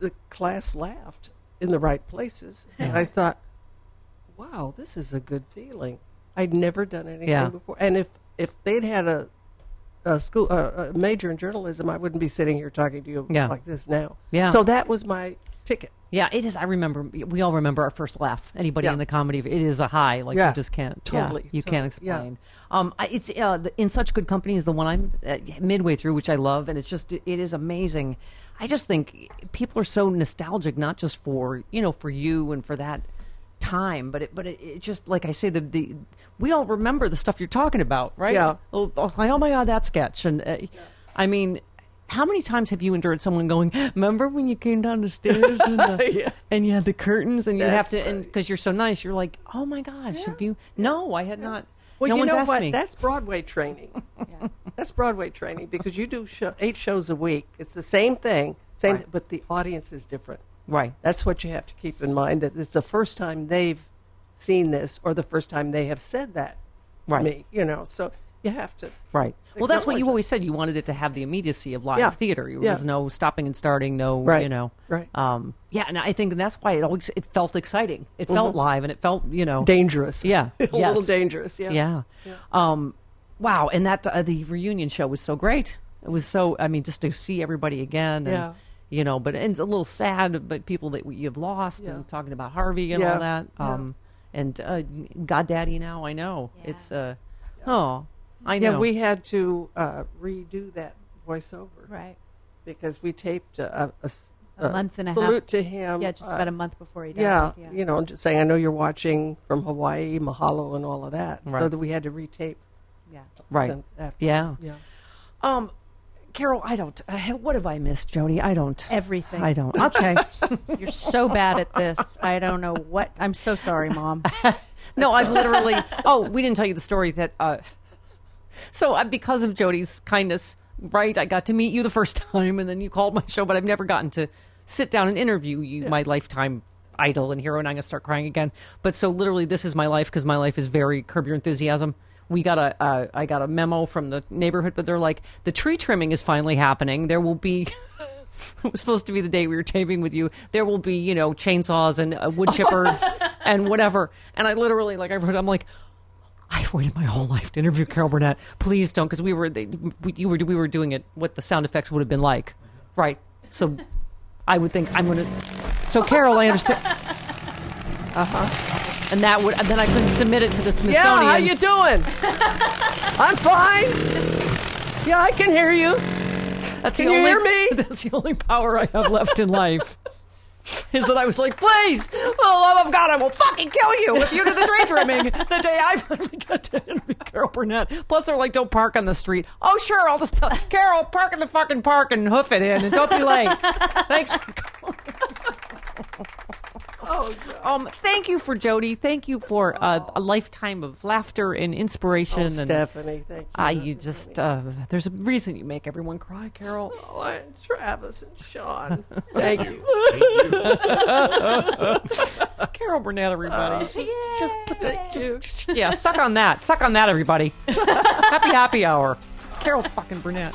the class laughed in the right places. And I thought, wow, this is a good feeling. I'd never done anything
Yeah.
before. And if, if they'd had a, a school a, a major in journalism, I wouldn't be sitting here talking to you
Yeah.
like this now.
Yeah.
So that was my ticket.
Yeah, it is. I remember. We all remember our first laugh. Anybody
Yeah.
in the comedy, it is a high. Like
Yeah,
you just can't. yeah,
totally,
you can't
totally, yeah.
explain. Um, I, it's uh, the, in such good company is the one I'm uh, midway through, which I love, and it's just it is amazing. I just think people are so nostalgic, not just for you know for you and for that time, but it but it, it just like I say the the we all remember the stuff you're talking about, right?
Yeah.
Oh, oh, like oh my god, that sketch, and uh, I mean. How many times have you endured someone going, Remember when you came down the stairs and, the, and you had the curtains and you have
That's
to, and because you're so nice, you're like, Oh my gosh, have you? No, I had not.
Well,
no
you
one's
know
asked
what?
me.
That's Broadway training. That's Broadway training because you do show, eight shows a week. It's the same thing, same,
Right.
th- but the audience is different.
right.
That's what you have to keep in mind. That it's the first time they've seen this, or the first time they have said that to
Right.
me. You know, so You have to.
Right. Well, that's what
Acknowledge
you
it.
always said. You wanted it to have the immediacy of live
Yeah.
theater. There
Yeah.
was no stopping and starting. No,
Right.
you know.
Right.
Um, yeah, and I think that's why it always it felt exciting. It felt
Mhm.
live, and it felt you know
Dangerous.
Yeah,
A little
yes.
dangerous, yeah.
Yeah.
Yeah.
Um, wow, and that uh, the reunion show was so great. It was so. I mean, just to see everybody again. And,
Yeah.
You know, but and it's a little sad, but people that you've lost, and talking about Harvey and
Yeah.
all that.
Yeah.
Um, and uh, God Daddy now, I know it's uh, oh, I know
Yeah, we had to uh, redo that voiceover.
Right.
Because we taped a, a, s-
A month and a half-
salute to him. Uh,
Yeah, just about a month before he died,
Um, Yeah,
yeah.
you know, just saying, I know you're watching from Hawaii, mahalo, and all of that. So
Right.
that we had to retape.
Yeah.
Right.
them after-
Yeah.
Yeah.
Um, Carol, I don't. Uh, what have I missed, Jody? I don't.
Everything.
I don't. Okay.
You're so bad at this. I don't know what. I'm so sorry, Mom.
no, I've literally. Oh, we didn't tell you the story that. Uh, so uh, because of Jody's kindness, right? I got to meet you the first time, and then you called my show, but I've never gotten to sit down and interview you, my lifetime idol and hero. And I'm gonna start crying again. But so literally, this is my life because my life is very curb your enthusiasm. We got a, uh, I got a memo from the neighborhood, but they're like, the tree trimming is finally happening. There will be. it was supposed to be the day we were taping with you. There will be, you know, chainsaws and uh, wood chippers and whatever. And I literally, like, I wrote, I'm like, I've waited my whole life to interview Carol Burnett. Please don't, because we were, they, we, you were, we were doing it what the sound effects would have been like, right? So, I would think I'm gonna. So Carol, I understand. Uh huh. And that would, and then I couldn't submit it to the Smithsonian.
Yeah, how you doing? I'm fine. Yeah, I can hear you.
That's
Can
the
you
only,
hear me?
That's the only power I have left in life. Is that I was like, please, for the love of God, I will fucking kill you if you do the tree trimming the day I finally got to interview Carol Burnett. Plus, they're like, don't park on the street. Oh, sure, I'll just tell Carol, park in the fucking park and hoof it in and don't be late. Thanks. For
Oh,
um, thank you for Jody. Thank you for uh, a lifetime of laughter and inspiration.
Oh,
and
Stephanie, thank you.
Ah, you just uh, there's a reason you make everyone cry, Carol.
Oh, and Travis and Sean. Thank you.
it's Carol Burnett, everybody. just, just put the, just, yeah, suck on that. Suck on that, everybody. happy, happy hour. Carol fucking Burnett.